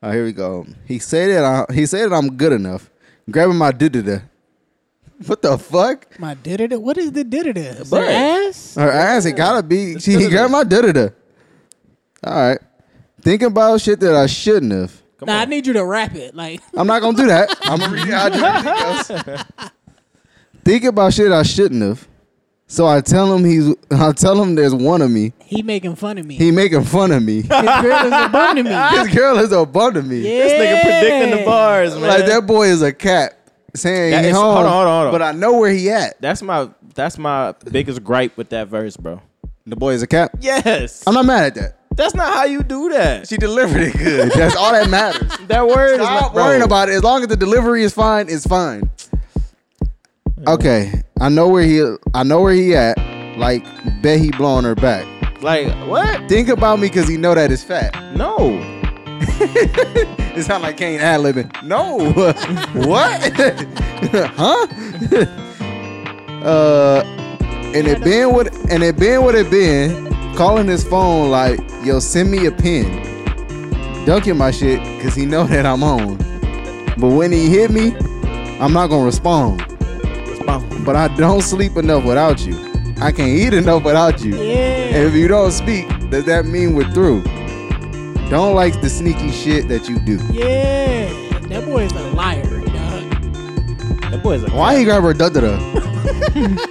Oh, here we go. He said it. I, he said it. I'm good enough. Grabbing my doo-doo. What the fuck? My did it. What is the did it? Is Butt. her ass? Her ass, it gotta be. She he grabbed my doo-doo. All right. Thinking about shit that I shouldn't have. Come Nah, I on. need you to rap it. Like I'm not gonna do that. I'm gonna read out everything else. Thinking about shit I shouldn't have. So I tell him he's. I tell him there's one of me. he making fun of me. He making fun of me. His girl is a bun to me. Yeah. this girl is a bun to me. This nigga predicting the bars, man. Like that boy is a cat saying That he is- home, hold on, hold on, hold on. but I know where he at. That's my that's my biggest gripe with that verse, bro. The boy is a cat. Yes, I'm not mad at that. that's not how you do that. She delivered it good. That's all that matters. That word is Stop not worrying bro. about it. As long as the delivery is fine, it's fine. Okay, I know where he. I know where he at. Like bet he blowing her back. Like what? Think about me because he know that it's fat. No, It sound like Kane ad libbing. No, what? huh? uh, and it been what? And it been what it been. Calling his phone like, yo, send me a pin. Dunking my shit because he know that I'm on. But when he hit me, I'm not gonna respond. But I don't sleep enough without you. I can't eat enough without you. And if you don't speak, does that mean we're through? Don't like the sneaky shit that you do. Yeah. That boy is a liar, dog. that boy's a Why he grab her da da da?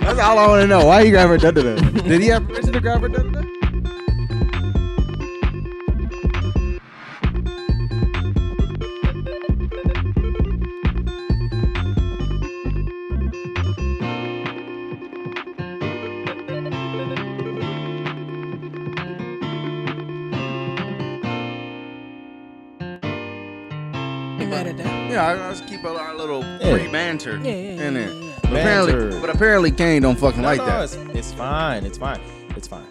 That's all I want to know. Why he grab her da da da? Did he have permission to grab her da da da? You mad at that? Yeah, I just keep our little Yeah. free banter Yeah, yeah, in yeah, it. yeah, But Apparently, Banter. but apparently Kane don't fucking No, like no, that. It's, it's fine. It's fine. It's fine.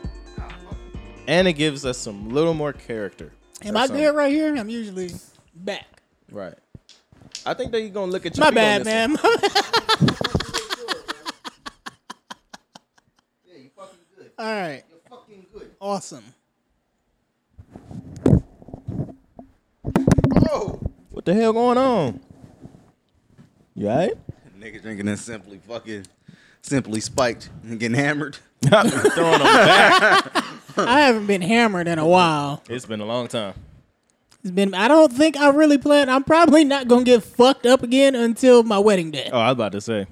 And it gives us some little more character. Am or I something. good right here? I'm usually back. Right. I think that you're gonna look at your My feet on bad, this one. man. All right. Awesome. Oh, What the hell going on? You all right? nigga drinking that simply fucking simply spiked and getting hammered. Throwing them back. I haven't been hammered in a while. It's been a long time. It's been. I don't think I really plan. I'm probably not gonna get fucked up again until my wedding day. Oh, I was about to say.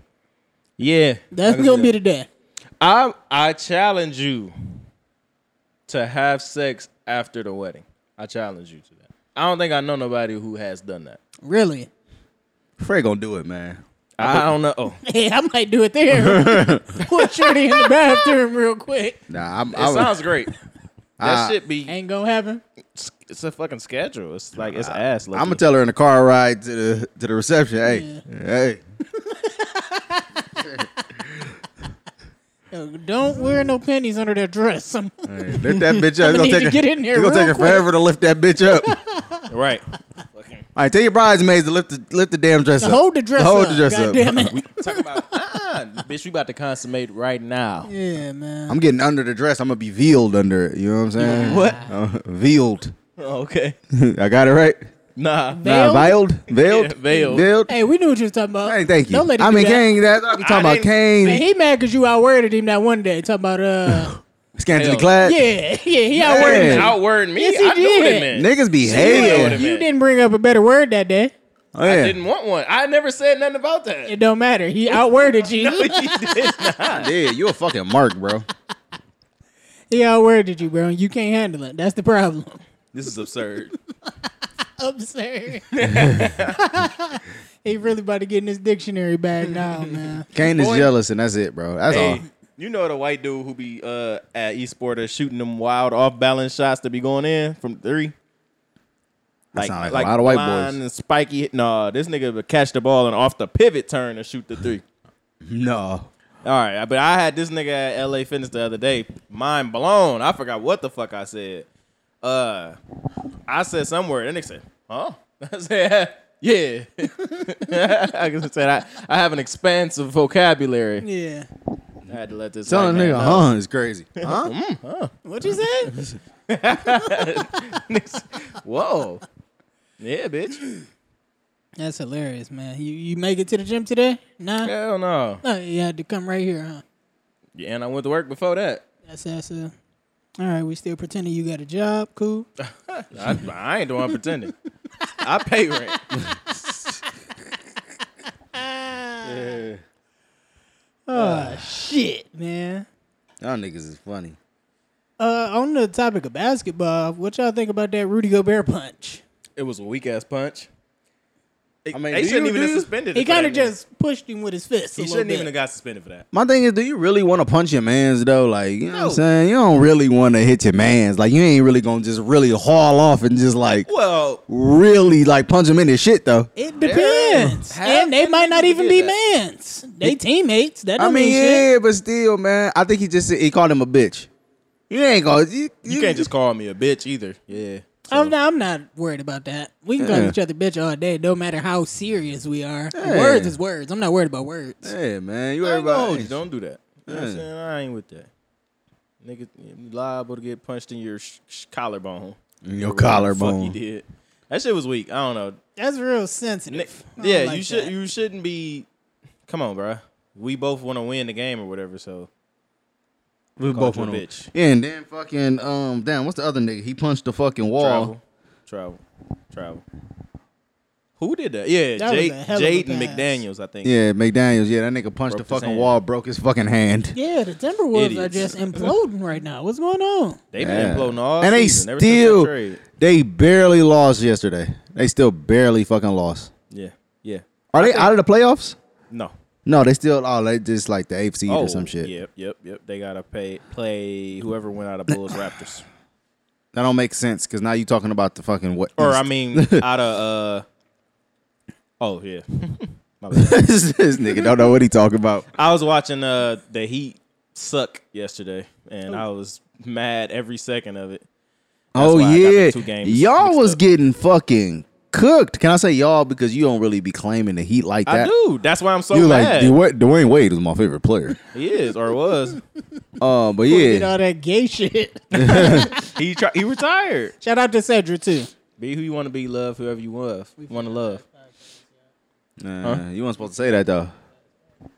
Yeah. That's gonna be the day. I I challenge you to have sex after the wedding. I challenge you to that. I don't think I know nobody who has done that. Really. Frey gonna do it, man. I, don't know. Oh, Hey, I might do it there. Put Shorty in the bathroom real quick. Nah, I'm. it I'm sounds great. That I- should be. Ain't gonna happen. It's a fucking schedule. It's like it's ass. I'm gonna tell her in the car ride to the to the reception. Hey, hey, Yo, Uh, Don't wear no panties under that dress. I'm- hey, lift that bitch up. It's need gonna to take get her, in there it's gonna take her real forever to lift that bitch up. All right. right, tell your bridesmaids to lift the lift the damn dress up. hold the dress hold the up. dress God up. damn it. Talk about ah, bitch. We about to consummate right now. Yeah, man. I'm getting under the dress. I'm gonna be veiled under it. You know what I'm saying? What? Uh, veiled. Okay. I got it right. Nah. Nah, veiled, veiled, Yeah, veiled. veiled. hey, we knew what you was talking about. Hey, thank you. Don't let him I do mean, that. Kane. That's I be talking about didn't- Man, Kane. he mad because you outworded him that one day. Talking about, uh, Scantily Hell. clad. yeah, yeah, he outworded Man. him. Outward me. Yes, he I know did. it, man. Niggas be know what hating. it You Man. didn't bring up a better word that day. Oh, yeah. I didn't want one. I never said nothing about It that. don't matter. He outworded you. Yeah, you a fucking mark, bro. He outworded you, bro. You can't handle it. That's the problem. This is absurd. Absurd. he really about to get in his dictionary bag now, man. Kane is Boy. jealous, and that's it, bro. That's all. Hey, you know the white dude who be uh, at Esporter shooting them wild off balance shots that be going in from three. Like, sound like a lot of white blind boys. And spiky. Nah, this nigga would catch the ball and off the pivot turn and shoot the three. No. All right, but I had this nigga at LA Fitness the other day, mind blown. I forgot what the fuck I said. Uh, I said somewhere, and nigga said, "Huh?" I said, "Yeah." I just said I, I have an expansive vocabulary. Yeah. I had to let this Telling a white man nigga, know. huh, is crazy. Huh? What you say? Whoa. Yeah, bitch. That's hilarious, man. You you make it to the gym today? Nah. Hell no. No, you had to come right here, huh? Yeah, and I went to work before that. That's that's uh all right, we still pretending you got a job, cool. I, I ain't the one pretending. I pay rent. yeah. Oh shit, man. Y'all niggas is funny. Uh on the topic of basketball, what y'all think about that Rudy Gobert punch? It was a weak ass punch. I mean, mean, do they shouldn't you even do- have suspended. He him for kind of that, nigga. just pushed him with his fist. a He little shouldn't bit. even have got suspended for that. My thing is, do you really want to punch your mans though? Like, you know what I'm No. saying? You don't really want to hit your mans. Like, you ain't really gonna just really haul off and just like Well, really like punch him in his shit though. It depends, Half and they the might not niggas even did be that. mans. They teammates. That I don't mean, mean shit. yeah, but still, man, I think he just said- he called him a bitch. You ain't gonna. You, you can't just call me a bitch either. Yeah. So, I'm not, I'm not worried about that. We can call Yeah. each other bitch all day, no matter how serious we are. Yeah. Words is words. I'm not worried about words. Yeah, man, you I ain't gonna hold everybody. you. Don't do that. You know what I'm Yeah. saying? I ain't with that. Nigga, you liable to get punched in your sh- sh- collarbone. In Or your whatever the collarbone. Fuck you did. That shit was weak. I don't know. That's real Nick, sensitive. I don't yeah, like you should. that. You shouldn't be. Come on, bruh. We both want to win the game or whatever. So We Called both you a want to. bitch. Yeah, and then fucking um, damn, what's the other nigga? He punched the fucking wall. travel, travel, travel. Who did that? Yeah, That was a hell of a Jade, Jaden pass. McDaniels, I think. Yeah, McDaniel's. Yeah, that nigga punched Broke the his fucking hand. wall, broke his fucking hand. Yeah, the Timberwolves are Idiots. just imploding right now. What's going on? They've Yeah. been imploding all and they season, ever since that still trade. they barely lost yesterday. They still barely fucking lost. Yeah, yeah. Are they out of the playoffs? No. Oh, No, they still oh they just like the eighth seed or some shit. Yep, yep, yep. They gotta pay play whoever went out of Bulls Raptors, That don't make sense because now you talking about the fucking what? or East. I mean, out of. uh Oh yeah, My bad. this, this nigga don't know what he talking about. I was watching uh the Heat suck yesterday, and I was mad every second of it. Oh why I got the yeah, two games y'all mixed was up. getting fucking cooked. Can I say y'all because you don't really be claiming the heat like I that? do. That's why I'm so You like mad. Dwayne, Dwayne Wade was my favorite player. he is or was. Uh, but Did yeah, all that gay shit. He tri- he retired. Shout out to Cedric too. Be who you want to be. Love whoever you love. Want to love. Nah, you weren't supposed to say that though.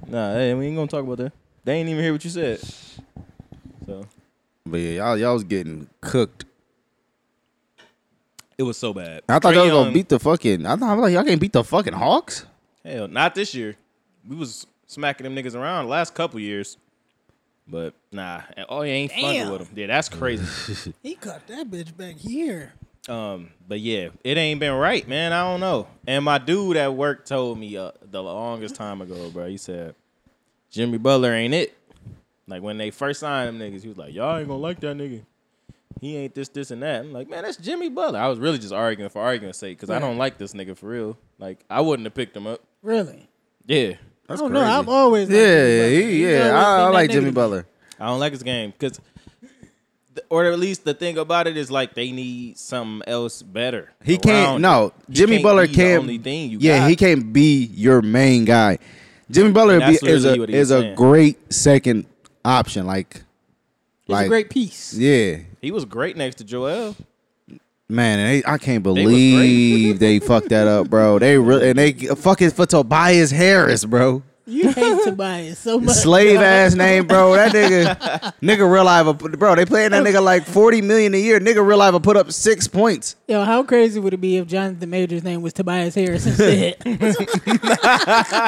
Nah, hey, we ain't gonna talk about that. They ain't even hear what you said. So But yeah, y'all y'all was getting cooked. it was so bad. I thought Trae y'all was gonna Young- beat the fucking. I thought I was like y'all can't beat the fucking Hawks. Hell, not this year. We was smacking them niggas around the last couple years. But nah, oh, you ain't fucking Damn. with them. Yeah, that's crazy. He caught that bitch back here. um, but yeah, it ain't been right, man. I don't know. And my dude at work told me uh, the longest time ago, bro. He said Jimmy Butler ain't it. Like when they first signed them niggas, he was like, "Y'all ain't gonna like that nigga. He ain't this, this, and that." I'm like, man, that's Jimmy Butler. I was really just arguing for arguing's sake because I Right. don't like this nigga for real. Like I wouldn't have picked him up. Really? Yeah, That's I don't know. I've always liked yeah, Jimmy Butler. he, He's yeah. always I, been I that like nigga Jimmy to- Butler. I don't like his game because, or at least the thing about it is like they need something else better. He around can't. No, him. He Jimmy can't Butler be the can't. only thing you yeah, got. he can't be your main guy. Jimmy Butler be, That's is literally a what he is was a saying. great second option. Like, He's a great piece. yeah, He was great next to Joel. man. and They, I can't great. believe they fucked that up, bro. They really and they fucking for Tobias Harris, bro. You hate Tobias so much. Slave dog. ass name, bro. That nigga, nigga, real life, will put- bro. They playing that nigga like forty million a year. Nigga, real life, will put up six points. Yo, how crazy would it be if Jonathan Major's name was Tobias Harris instead? Uh.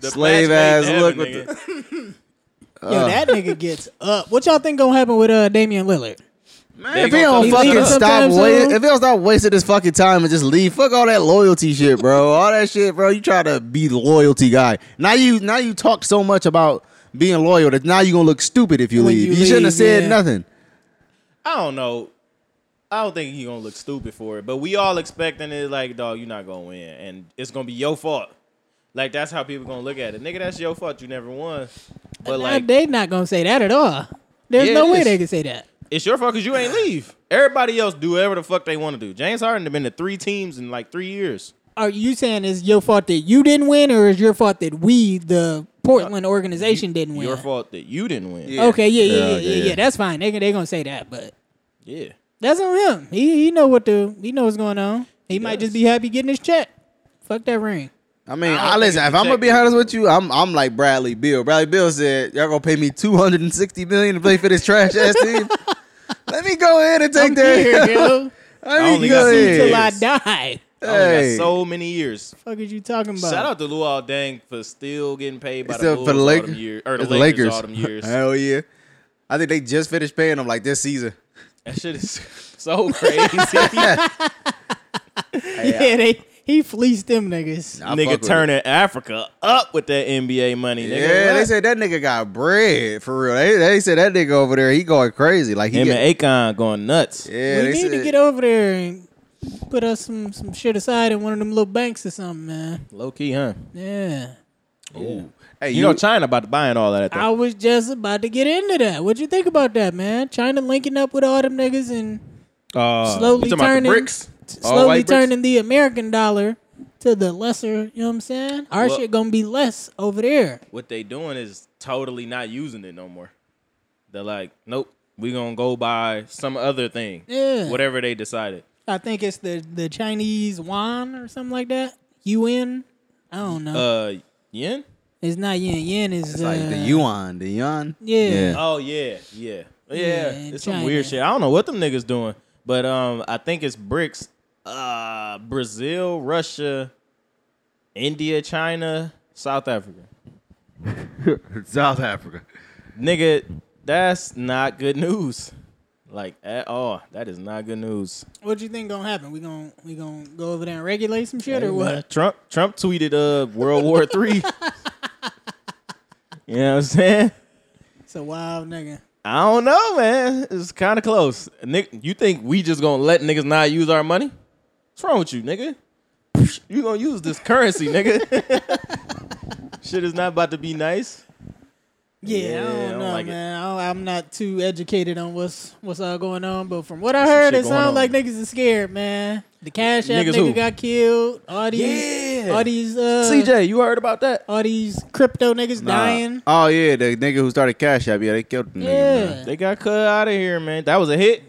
The Slave best ass name look ever, with nigga. Yo, that nigga gets up. What y'all think gonna happen with uh Damian Lillard? Man, if gonna he tell don't you fucking leaving stop, sometime wa- if soon. he don't stop wasting his fucking time and just leave, fuck all that loyalty shit, bro. All that shit, bro. You try to be the loyalty guy. Now you, now you talk so much about being loyal that now you gonna look stupid if you When leave. You, you shouldn't have leave, said yeah. nothing. I don't know. I don't think he gonna look stupid for it, but we all expecting it. Like, dog, you're not gonna win, and it's gonna be your fault. Like that's how people gonna look at it, nigga. That's your fault. You never won. But Nah, like, they not gonna say that at all. There's Yeah, no it way is. they can say that. It's your fault because you ain't leave. Everybody else do whatever the fuck they want to do. James Harden have been to three teams in like three years. Are you saying it's your fault that you didn't win, or is your fault that we, the Portland organization, didn't win? Oh. Your fault that you didn't win. Yeah. Okay, yeah, yeah, Yeah, yeah, okay, yeah, yeah, yeah. That's fine. They they gonna say that, but Yeah. that's on him. He he know what to he know what's going on. He, might just be happy getting his check. Fuck that ring. I mean, I don't I listen. think If it's I'm gonna be protected. honest with you, I'm I'm like Bradley Bill. Bradley Bill said, "Y'all gonna pay me 260 million to play for this trash ass team." Let me go ahead and take I'm that. here, yo. I Let only me got go some Till ahead. I Yes. die. I only Hey. got so many years. Fuck is you talking about? Shout out to Luau Dang for still getting paid by Except the for the Bulls all Lakers, them year- or the It's Lakers, all them years. Hell yeah! I think they just finished paying them like this season. that shit is so crazy. Yeah, they he fleeced them niggas. I fuck nigga with turning Africa up with that NBA money. it. Nigga. Yeah, they What? said that nigga got bread for real. They, they said that nigga over there, he going crazy. Like he him get, and Akon going nuts. yeah, we they need said, to get over there and put us some some shit aside in one of them little banks or something, man. Low key, huh? Yeah. Hey, You, know China about to buy and all that. I though. was just about to get into that. What you think about that, man? China linking up with all them niggas and Uh, slowly you talking about the turning- bricks. All slowly white bricks? turning the American dollar to the lesser, you know what I'm saying? Our Well- shit gonna be less over there. What they doing is totally not using it no more. They're like, nope, we gonna go buy some other thing. Yeah. Whatever they decided. I think it's the the Chinese yuan or something like that. Yuan? I don't know. Uh, yen. it's not yen. Yen is it's like uh, the yuan, the yuan. Yeah. Oh yeah, yeah, yeah. in it's some China. weird shit. I don't know what them niggas doing, but um, I think it's BRICS, uh, Brazil, Russia, India, China, South Africa. South Africa. Nigga, that's not good news. Like at all, that is not good news. What you think gonna happen? We gonna we gonna go over there and regulate some shit or Uh, what? Trump Trump tweeted uh World War Three. you know what I'm saying? It's a wild nigga. I don't know, man. It's kind of close. Nick, you think we just gonna let niggas not use our money? What's wrong with you, nigga? You gonna use this currency, nigga? Shit is not about to be nice. Yeah, I Yeah, don't, I don't know, like it. man. I don't, I'm not too educated on what's what's all going on, but from what I some heard, shit it going on. sounds like niggas is scared, man. The Cash App Niggas nigga who? got killed. All these, Yeah. all these, uh, CJ, you heard about that? all these crypto niggas dying. Oh yeah, the nigga who started Cash App. Yeah, they killed the nigga. man. Yeah, They got cut out of here, man. That was a hit.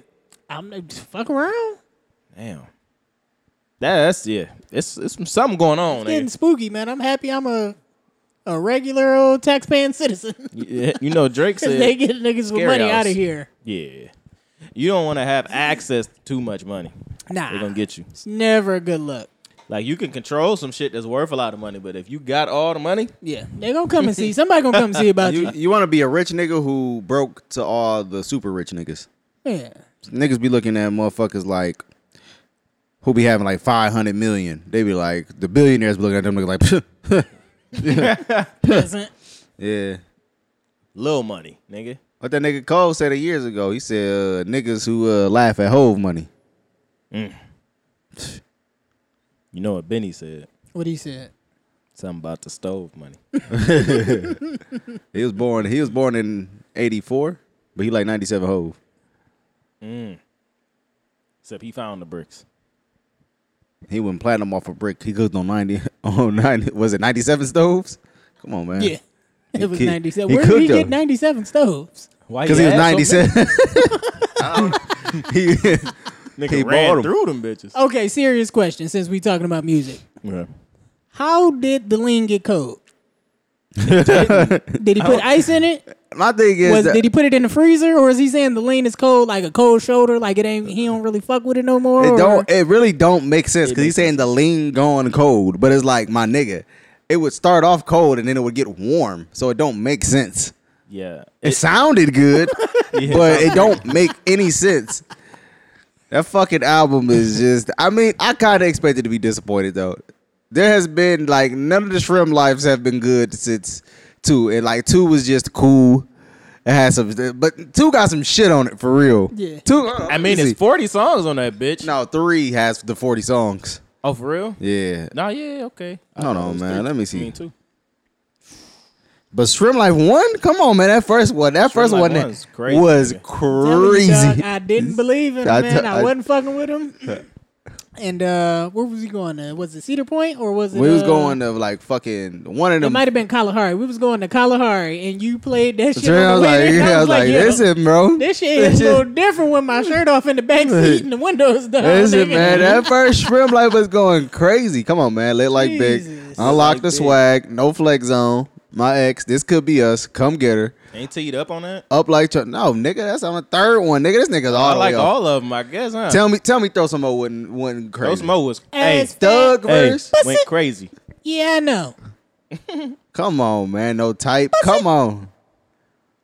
I'm like, just fuck around. Damn. That, that's yeah. It's it's something going on. Getting Nigga. spooky, man. I'm happy. I'm a a regular old taxpaying citizen Yeah, you know Drake because said they get niggas with Scary money hours. out of here. Yeah. You don't want to have access to too much money. Nah, They're gonna get you. it's never a good look. Like you can control some shit that's worth a lot of money, but if you got all the money, Yeah, they gonna come and see. Somebody gonna come and see about You you. you want to be a rich nigga who broke to all the super rich niggas. Yeah, Niggas be looking at motherfuckers like who be having like five hundred million. They be like the billionaires be looking at them niggas like peasant. yeah. little money, nigga. What that nigga Cole said years ago. He said uh, niggas who uh, laugh at hove money. You know what Benny said? What he said. Something about the stove money. He was born he was born in eighty four, but he like ninety seven hove. Except he found the bricks. He went platinum off a brick. He cooked on ninety on ninety was it ninety seven stoves? Come on, man. Yeah. He It was could- 97. he Where did could, he though. get 97 stoves? Why? Because he was ninety seven. he, Nigga He ran bought Oh. 'em. through them bitches. Okay, serious question since we talking about music. Yeah. How did the lean get cold? did he put ice in it? my thing is Was that- did he put it in the freezer, or is he saying the lean is cold, like a cold shoulder, like it ain't? He don't really fuck with it no more. It or- don't. It really don't make sense because he's saying the lean going cold, but it's like my nigga, it would start off cold and then it would get warm, so it don't make sense. Yeah. It, sounded good, Yeah. but it don't make any sense. That fucking album is just. I mean, I kind of expected to be disappointed though. There has been like none of the Shrimp lives have been good since two, and like two was just cool. It had some, but two got some shit on it for real. Yeah. two. hold on, I let me mean, see. it's forty songs on that bitch. No, three has the forty songs. Oh, for real? Yeah. Nah, yeah, okay. I Hold thought it on, was man. three. Let me I see. mean, two. But Shrimp Life one, come on, man. That first one, that first Life one one is crazy, was nigga. Telling you, dog, crazy. I didn't believe him, I man. t- I I- wasn't fucking with him. And uh, where was he going? Uh, was it Cedar Point or was it? We was uh, going to like fucking one of It them. might have been Kalahari. We was going to Kalahari, and you played that shit. I on was the like, way there. yeah, I was like, yo, this it, bro. This shit is a little different with my shirt off in the back seat and the windows down. This it, nigga. man. That first shrimp life was going crazy. Come on, man. Lit like big. Jesus. Unlock Like the big. swag. No flex zone. My ex. This could be us. Come get her. Ain't teed up on that? Up like Chuck. No, nigga. That's on the third one. Nigga, this nigga's all I the like way up. all of them, I guess, huh? Tell me, tell me, throw some more wouldn't wouldn't crazy. Those Mo was hey, Ass Thug fat. hey, verse. went crazy. Yeah, I know. Come on, man. No type. Come on.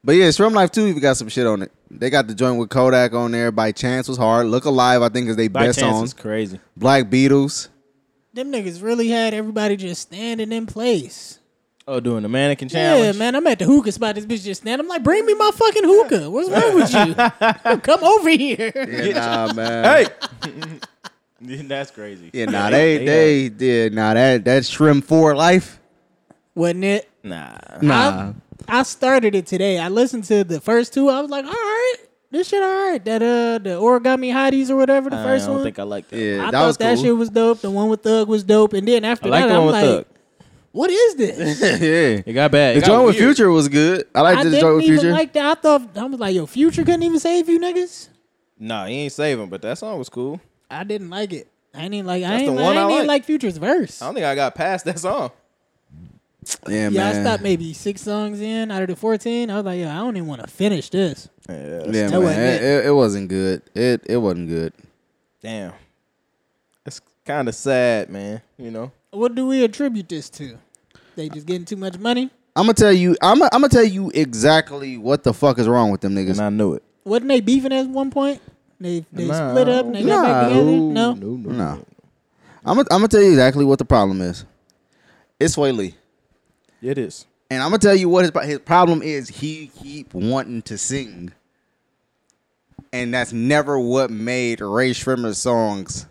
But yeah, Shrimp Life 2 even got some shit on it. They got the joint with Kodak on there. By Chance was hard. Look Alive, I think, is they By best chance, song. it's crazy. Black Beatles. Them niggas really had everybody just standing in place. Oh, doing the mannequin challenge. Yeah, man, I'm at the hookah spot. This bitch just stand. I'm like, bring me my fucking hookah. What's wrong with you? Come over here. Yeah, nah, man. Hey, that's crazy. Yeah, nah, they they did. Nah, that that Shrimp 4 Life. Wasn't it? nah. Nah. I, I started it today. I listened to the first two. I was like, all right, this shit all right. That uh, the origami hotties or whatever. The I first don't one. think I like that. Yeah, I that thought was cool. that shit was dope. The one with Thug was dope, and then after I like that, the one I'm with like, Thug. "What is this?" yeah. It got bad. The It got joint with weird. Future was good. I I liked the joint didn't with even Future. like that. I thought I was like, "Yo, Future couldn't even save you, niggas." Nah, he ain't saving, but that song was cool. I didn't like it. I ain't even like. I That's ain't, the like, one I ain't I even like. like Future's verse. I don't think I got past that song. yeah, Yeah, I man. stopped maybe six songs in out of the fourteen. I was like, "Yo, I don't even want to finish this." yeah, That man. wasn't It, it, it wasn't good. It it wasn't good. Damn. It's kind of sad, man. You know? What do we attribute this to? They just getting too much money. I'm gonna tell you. I'm gonna, I'm gonna tell you exactly what the fuck is wrong with them niggas. And I knew it. Wasn't they beefing at one point? They they Nah, split up and they got back together. No, no. I'm gonna I'm gonna tell you exactly what the problem is. It's Sway Lee, It is. and I'm gonna tell you what his pro- his problem is. He keep wanting to sing, and that's never what made Ray Shrimmer's songs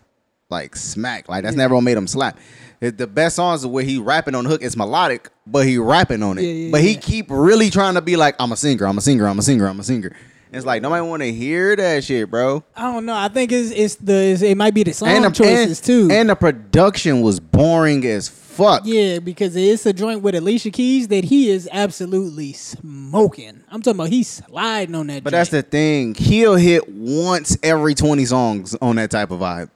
like smack. Like that's never what made him slap. It- The best songs are where he rapping on the hook. It's melodic, but he rapping on it. Yeah, yeah, but he yeah. keep really trying to be like, I'm a singer, I'm a singer, I'm a singer, I'm a singer. It's like nobody want to hear that shit, bro. I don't know. I think it's it's the it's, it might be the song the, choices too. And the production was boring as fuck. yeah, because it's a joint with Alicia Keys that he is absolutely smoking. I'm talking about he's sliding on that. But that's the thing. He'll hit once every 20 songs on that type of vibe.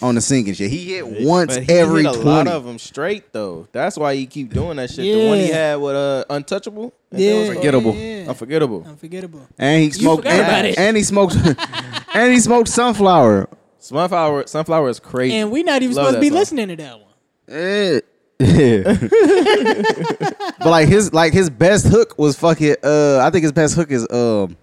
On the singing shit. He hit once But he every hit a 20. lot of them straight though. That's why he keep doing that shit. The one he Yeah. had with uh, Untouchable. And Yeah. that was Forgettable. Yeah. Unforgettable. unforgettable. and he smoked forgot and, about it. and he smoked and he smoked sunflower. Sunflower. Sunflower is crazy. And we're not even Love supposed to that be song. listening to that one. Eh. but like his like his best hook was fucking uh I think his best hook is um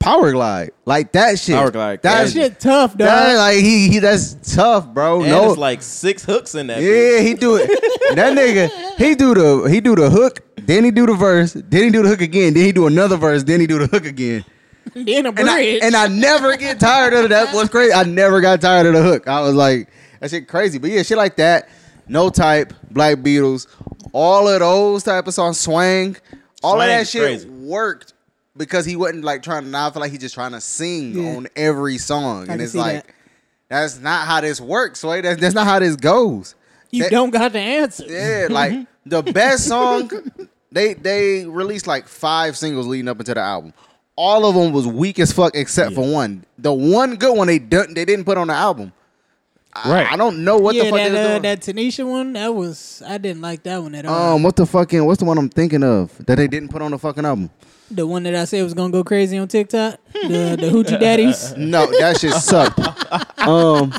Power Glide. Like that shit. Power Glide, That That crazy. shit tough, dog. That, like he, he that's tough, bro. And no, it's like six hooks in that. bitch. yeah, he do it. that nigga, he do the he do the hook, then he do the verse, then he do the hook again, then he do another verse, then he do the hook again. then a And I, bridge. and I never get tired of it. That was crazy. I never got tired of the hook. I was like, that shit crazy. But yeah, shit like that. No type, Black Beatles, all of those type of songs, swang, all Swang of that is shit crazy. worked because he wasn't like trying to. Now I feel like he's just trying to sing Yeah. on every song, can and it's see like that. that's not how this works. Right? That's, that's not how this goes. you that- don't got the answer. Yeah, like Mm-hmm. the best song. They they released like five singles leading up into the album. All of them was weak as fuck except for one. The one good one they didn't they didn't put on the album. Right. I, I don't know what yeah, the fuck that they was uh, doing. that Tanisha one, that was I didn't like that one at all. um, what the fucking what's the one I'm thinking of that they didn't put on the fucking album? the one that I said was gonna go crazy on TikTok, the the hoochie daddies. No, that shit sucked. um,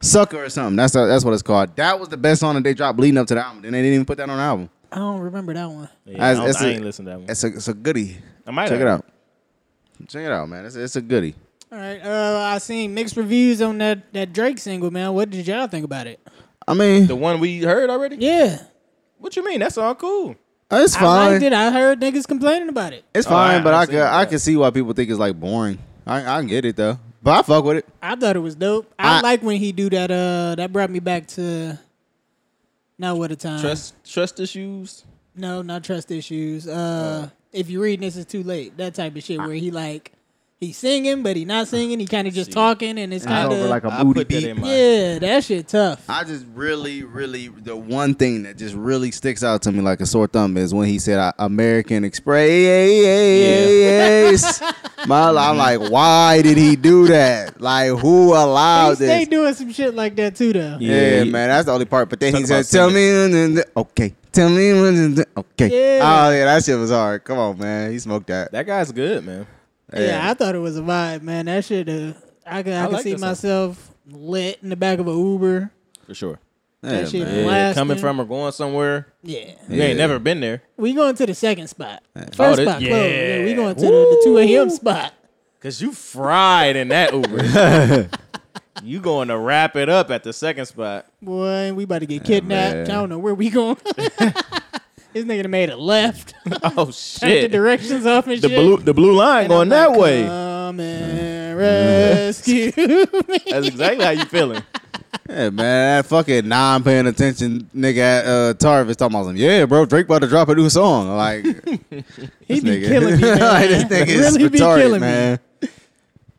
sucker or something. That's that's what it's called. That was the best song that they dropped leading up to the album. Then they didn't even put that on the album. I don't remember that one. Yeah, That's- I, don't- that's I a- ain't listen to that one. It's a it's a goodie. I might Check have. it out. Check it out, man. It's it's a goodie. All right, uh, I seen mixed reviews on that that Drake single, man. What did y'all think about it? I mean, The one we heard already. Yeah, What you mean? That's all cool. Uh, It's I fine. liked it. I heard niggas complaining about it. It's Oh, fine, I- but I I, see could that. I can see why people think it's like boring. I I can get it though, but I fuck with it. I thought it was dope. I, I- like when he do that. Uh, that brought me back to now what a time. Trust trust issues. Uh. No, not trust issues. Uh, if you read this, it's too late. That type of shit where he like He's singing, but he not singing. He kind of just talking, and it's It's kind over of like a I moody put that beat. in my- yeah, that shit tough. I just really, really, the one thing that just really sticks out to me like a sore thumb is when he said "I- American Express. My, I'm like, why did he do that? Like, who allowed They stay this? doing some shit like that too, though. Yeah. Yeah, man, that's the only part. But then Talk he about said, "Tell me, when to- okay, tell me, when to- okay." Yeah. Oh yeah, that shit was hard. Come on, man, he smoked that. That guy's good, man. Yeah, I thought it was a vibe, man. That shit, uh, I could, I, I could like see that song. myself lit in the back of an Uber. For sure. Yeah, that shit man. Yeah, blasting. coming from or going somewhere. Yeah. You Yeah. ain't never been there. We going to the second spot. First Oh, this- spot closed. Yeah, we yeah. going to the, the two of him spot. Cause you fried in that Uber. you going to wrap it up at the second spot. Boy, we about to get kidnapped. man. I don't know where we going. this nigga done made a left. Oh Turned the shit. directions off and The shit. blue the blue line And going I'm like, that way. Come Mm-hmm. and rescue me. That's exactly how you feeling. Yeah, man, that fucking non-paying attention nigga at uh, Tarvis talking about some. Yeah, bro, Drake about to drop a new song. Like He this be nigga, killing me. Man. like this nigga is really be retarded, killing me. man.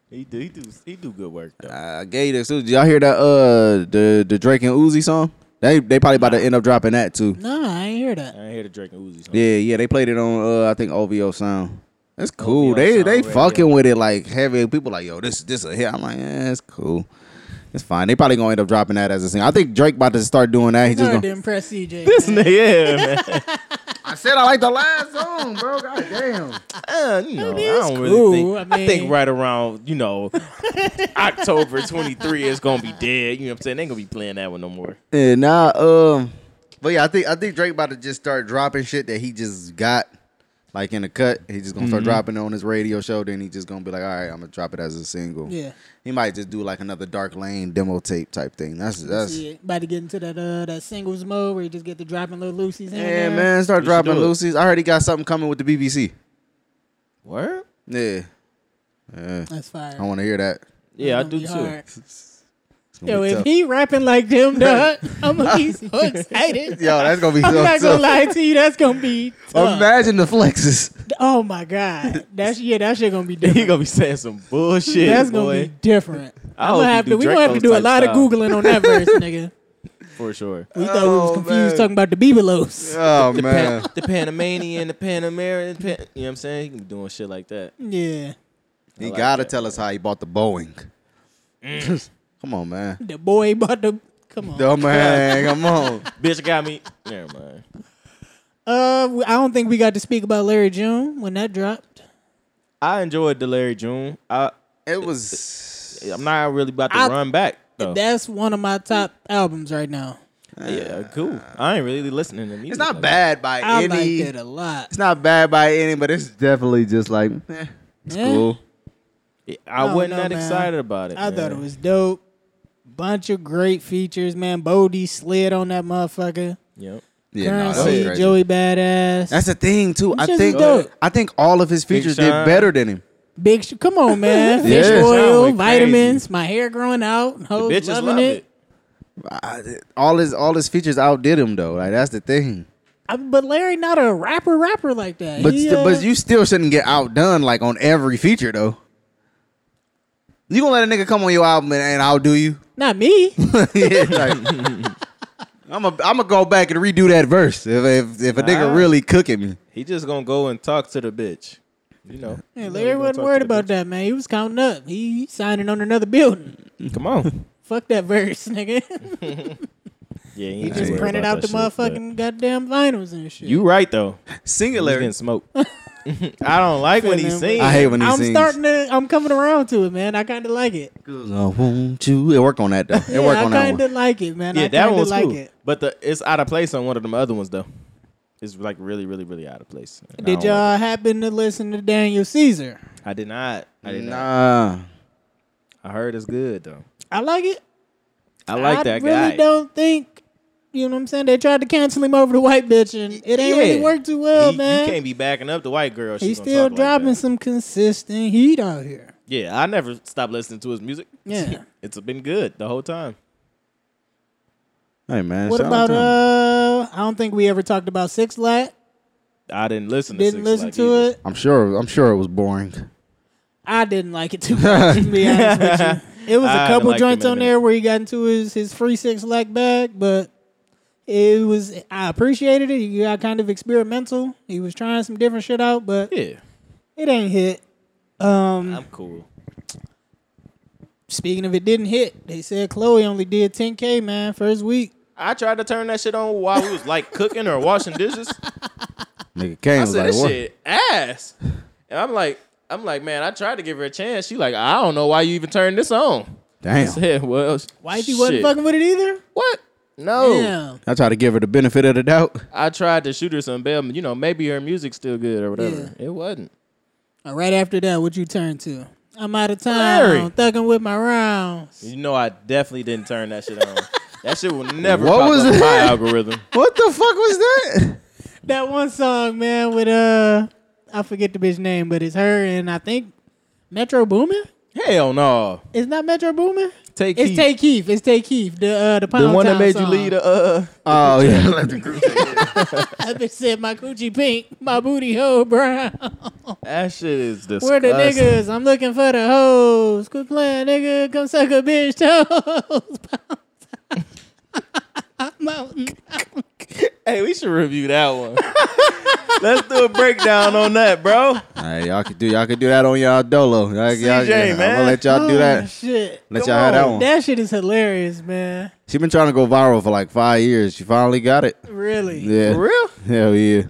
He do he do he do good work though. Uh, Gator, so did y'all hear that? Uh, the the Drake and Uzi song. They they probably about to end up dropping that too. No, I ain't hear that. I ain't here to drink Uzi. Song. Yeah, yeah, they played it on uh, I think OVO Sound. That's cool. OVO they Sound they Radio. fucking with it like heavy. People like yo, this this a hit. I'm like, yeah, it's cool. It's fine. They probably gonna end up dropping that as a single. I think Drake about to start doing that. He just Started gonna, to impress CJ. This nigga, yeah, man. I said I like the last song, bro. God damn. Uh, you know, I it's don't cool. really think. I I, mean- think right around you know October 23 is gonna be dead. You know what I'm saying? They ain't gonna be playing that one no more. And nah, um, but yeah, I think I think Drake about to just start dropping shit that he just got, like in a cut. He's just gonna start Mm-hmm. dropping it on his radio show. Then he just gonna be like, all right, I'm gonna drop it as a single. Yeah. He might just do like another Dark Lane demo tape type thing. That's that's. See it. About to get into that uh, that singles mode where you just get to dropping little Lucy's in Yeah, there. man, start We should dropping do it. Lucy's. I already got something coming with the BBC. What? Yeah, yeah. That's fire. I want to hear that. Yeah, I It's gonna do be too. hard. It's gonna Yo, be if tough. he rapping like them, dog, I'm gonna be so excited. Yo, that's gonna be I'm so not tough. gonna lie to you. That's gonna be tough. Imagine the flexes. oh my god, that's yeah, that shit gonna be He different. gonna be saying some bullshit, that's gonna boy, be different. I I'm gonna hope you have do to. We gonna have to Dracos do a type lot of style. googling on that verse, nigga. for sure. We thought we was Oh, confused man. talking about the Bebelos. Oh The, man. Pan- the Panamanian, the Panamerican, Pan- you know what I'm saying? He can be doing shit like that. Yeah, He like gotta that. tell us how he bought the Boeing. Mm. come on, man. the boy bought the. Come on. Oh man, come on. Bitch got me. Never mind. Uh, we- I don't think we got to speak about Larry June when that dropped. I enjoyed the Larry June. I It was. I'm not really about to I- run back. Though. That's one of my top albums right now. yeah, cool. I ain't really listening to music. It's not like bad by I any. liked it a lot. it's not bad by any, but it's definitely just like. eh, it's Yeah. cool. that. I I don't wasn't know, that man. excited about it. I thought man. it was dope. Bunch of great features, man. Bodie slid on that motherfucker. Yep. Yeah, no, that was Currency, crazy. Joey Badass. That's the thing too. I shit's think dope. I think all of his features did Sean. better than him. Big sh- come on, man. Fish Yeah. Sound oil, went vitamins, my hair growing out. Hoes Bitches loving love it. it. I, all his all his features outdid him though. Like that's the thing. I- Uh, but Larry not a rapper rapper like that. But He, st- uh, but you still shouldn't get outdone like on every feature though. You gonna let a nigga come on your album and, and outdo you? not me. Yeah, like, I'm a, I'm gonna go back and redo that verse if if, if a nigga Nah. really cooking me. He just gonna go and talk to the bitch. You know. Yeah, Larry wasn't worried about that, man. He was counting up. He signing on another building. that. Come on. Fuck that verse, nigga. Yeah, he just printed out the motherfucking goddamn vinyls and shit. You right though. He's Singular. getting smoked. I don't like when he Feeling- sings. I hate when he I'm sings. starting to. I'm coming around to it, man. I kind of like it. I want you. It work on that though. It Yeah, work I on that kind one. of like it, man. yeah, I that kinda one was like cool. it. But the it's out of place on one of them other ones though. It's like really, really, really out of place. And I Did don't like y'all happen to listen to Daniel Caesar? it. I did not. I did not. Nah. I heard it's good though. I like it. I like I that really guy. don't think. You know what I'm saying? They tried to cancel him over the white bitch, and it ain't really Yeah. worked too well, He- man. You can't be backing up the white girl. She He's gonna still talk like dropping that. some consistent heat out here. Yeah, I never stopped listening to his music. Yeah. it's been good the whole time. Hey man. What shout about out to him. uh? I don't think we ever talked about Six Lat. I didn't listen. to Didn't Six listen Black to either. it. I'm sure. I'm sure it was boring. I didn't like it too much. to be honest with you, it was I a haven't couple liked him joints in a on minute. there where he got into his his free six lack bag, but it was I appreciated it. He got kind of experimental. He was trying some different shit out, but Yeah, it ain't hit. Um, I'm cool. speaking of it didn't hit, they said Chloe only did 10k man first week. I tried to turn that shit on while we was like cooking or washing dishes. Nigga Kane I was said like, this what? shit ass, and I'm like, I'm like, man, I tried to give her a chance. She like, I don't know why you even turned this on. I Damn. said, well, Wifey wasn't shit. Oh. fucking with it either. What? No. Damn. I try to give her the benefit of the doubt. I tried to shoot her some bell. You know, maybe her music's still good or whatever. It wasn't. Uh, Right after that, what you turn to? I'm out of Larry. town. Thugging with my rounds. You know, I definitely didn't turn that shit on. that shit will never What pop was up in my that? algorithm. What the fuck was that? That one song, man, with uh, I forget the bitch name, but it's her and I think Metro Boomin. Hell no. It's not Metro Boomin. Take It's Keith. Tay Keith. It's Tay Keith. The uh, the, the Pound one that Town made song. you lead a uh Oh yeah. That bitch said my coochie pink, my booty hole brown. that shit is disgusting. Where the niggas? I'm looking for the hoes. Quit playing, nigga. Come suck a bitch toes. Mountain. Hey, we should review that one. Let's do a breakdown on that, bro. All right, y'all could do y'all could do that on y'all dolo. Y'all, y'all, CJ, I'm man. gonna let y'all do Oh, that. Shit. Let Come y'all have that on. one. That shit is hilarious, man. She been trying to go viral for like five years. She finally got it. Really. Yeah. For real? Hell yeah.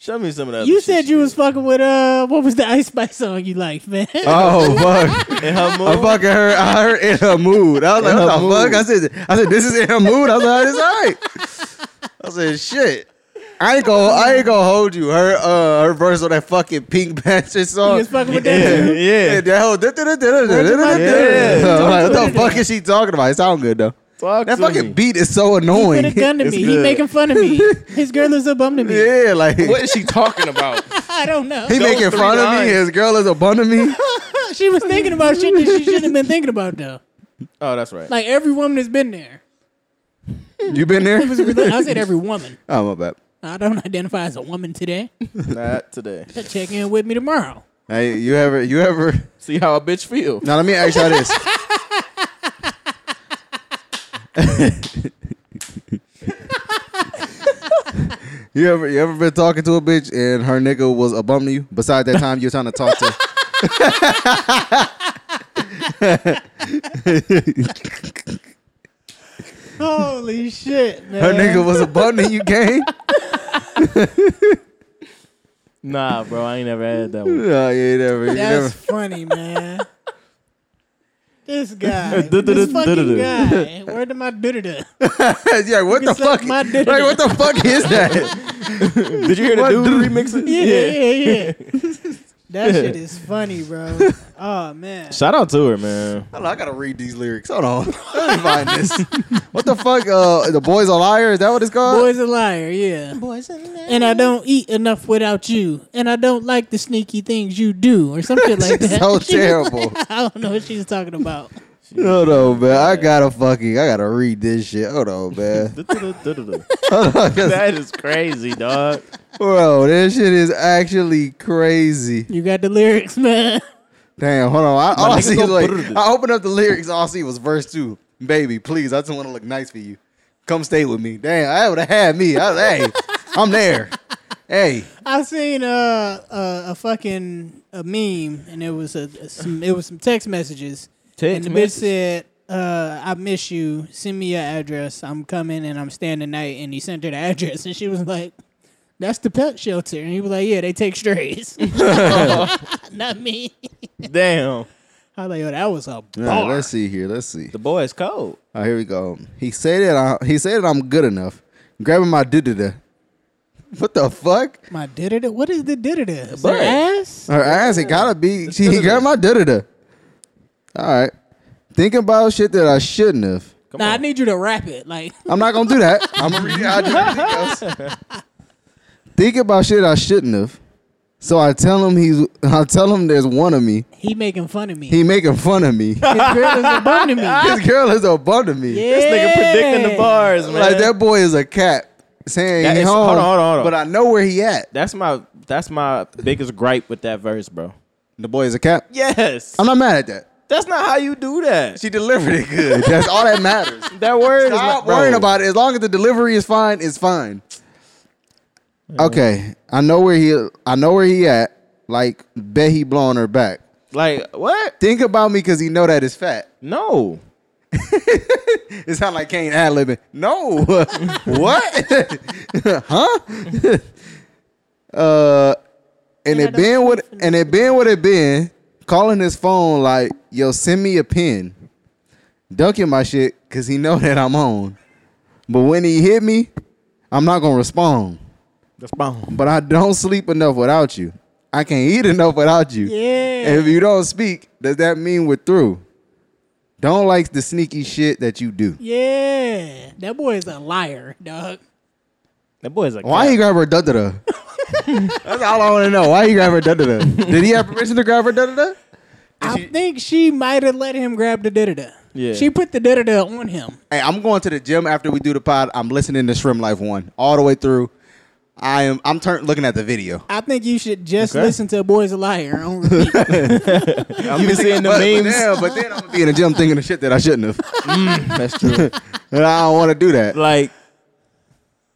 Show me some of that. You said you was fucking with uh, what was the Ice Spice song you liked, man? Uh, Oh fuck! in her I mood. fucking heard. I heard in her mood. I was like, what the fuck? I said, I said, this is in her mood. I was like, it's alright. I said, shit. I ain't gonna, I ain't gonna hold you. Her, uh, her verse on that fucking Pink Panther you song. was fucking with that. yeah, too? Yeah, yeah. that whole Yeah. I'm like, what the fuck is she talking about? It sound good though. Talk That to me. fucking beat is so He put annoying. a gun to It's me. He good. making fun of me. His girl is a bum to me. Yeah, like What is she talking about? I don't know. he Those making three fun of lines. me. His girl is a bun of me. she was thinking about shit that she shouldn't have been thinking about though. Oh, that's right. Like every woman has been there. You been there? I said every woman. Oh my bad. I don't identify as a woman today. Not today. Check in with me tomorrow. Hey, you ever? You ever? See how a bitch feel. Now let me ask y'all this. you ever? You ever been talking to a bitch and her nigga was a bum to you? Besides that time you were trying to talk to. Holy shit, man. Her nigga was a bum to you, gang. Nah, bro, I ain't never had that one. No, Oh, you ain't never. You never. That's funny, man. This guy, this fucking guy. Where did my da-da-da? yeah, what the can suck fuck? my Like, dick. what the fuck is that? Did you hear the What dude dude? remix it? Yeah, yeah, yeah. That shit is funny, bro. Oh man. Shout out to her, man. Hold on, I gotta read these lyrics. Hold on, let me find this. What the fuck? Uh, the boy's a liar. Is that what it's called? Boy's a liar, yeah. Boy's a liar. And I don't eat enough without you. And I don't like the sneaky things you do, or some shit like It's that. so She was terrible. like- I don't know what she's talking about. Hold on, man. I gotta fucking. I gotta read this shit. Hold on, man. that is crazy, dog. Bro, this shit is actually crazy. You got the lyrics, man. Damn, hold on. I, all I nigga see go is like, brrr. I opened up the lyrics. All I see was verse two. Baby, please, I just want to look nice for you. Come stay with me. Damn, I would have had me. I, hey, I'm there. Hey, I seen uh, uh, a fucking a meme, and it was a, a- some it was some text messages, and Text the message. bitch said, uh, "I miss you. Send me your address. I'm coming, and I'm staying tonight." And he sent her the address, and she was like, "That's the pet shelter." And he was like, "Yeah, they take strays, not me." Damn. I was like, "Oh, that was a All bar." right, let's see here. Let's see. The boy is cold. All right, here we go. He said that I, he said that I'm good enough. Grabbing my da. What the fuck? My did it. What is the did it? Is Butt. her ass? Her ass, it gotta be. She, he da-da-da. grabbed my da. All right. Thinking about shit that I shouldn't have. Come Nah, I on. need you to rap it. Like, I'm not gonna do that. I'm gonna read it out to everything else. Think about shit I shouldn't have. So I tell him he's. I tell him there's one of me. he making fun of me. He making fun of me. His girl is a bum to me. this girl is a bun to me. This nigga predicting the bars, man. Like that boy is a cat saying That he is- home. hold on, hold on, hold on. But I know where he at. That's my that's my biggest gripe with that verse, bro. The boy is a cap. Yes. I'm not mad at that. That's not how you do that. She delivered it good. That's all that matters. That word is Stop not, bro. worrying about it. As long as the delivery is fine, it's fine. Okay, I know where he. I know where he at. Like bet he blowing her back. Like what? Think about me because he know that it's fat. No. It sound like Kane ad libbing. No, what? huh? uh, and And I it don't been what? believe in And it been what it been. Calling his phone like, yo, send me a pin. Dunking my shit because he know that I'm on. But when he hit me, I'm not gonna respond. That's bomb. But I don't sleep enough without you. I can't eat enough without you. Yeah. If you don't speak, does that mean we're through? Don't like the sneaky shit that you do. Yeah. That boy is a liar, dog. That boy is like Why he grab her da da da? That's all I want to know. Why he grab her da da da? Did he have permission to grab her da da da? I think she might have let him grab the da-da-da. Yeah. She put the da-da-da on him. Hey, I'm going to the gym after we do the pod. I'm listening to Shrimp Life One all the way through. I am. I'm turn looking at the video. I think you should just Okay. listen to Boy's a Liar on repeat. I've been seeing the but, But, then, memes. but then I'm gonna be in the gym thinking the shit that I shouldn't have. Mm, that's true. and I don't want to do that. Like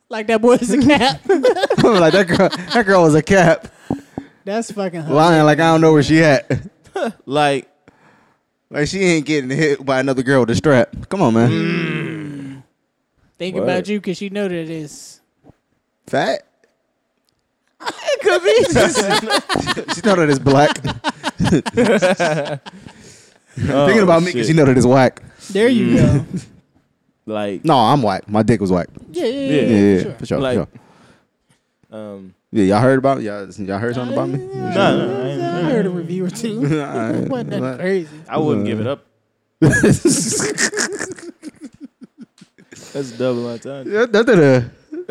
like that boy is a cap. like that girl. That girl was a cap That's fucking hilarious. lying. Like I don't know where she at. like Like she ain't getting hit by another girl with a strap. Come on, man. Think Word. about you because she know that it's Fat. it could be She know that it's black. Thinking about me because Oh, she know that it's whack. There you go. like No, I'm whack. My dick was whack. Yeah, yeah, yeah. Yeah, yeah, sure. for sure. Like- for sure. um Yeah, y'all heard about y'all? Y'all heard something about me? no, no, I, ain't- I heard a review or two. It wasn't nothing crazy. I wouldn't give it up. That's double Da- entendre. da- da- da.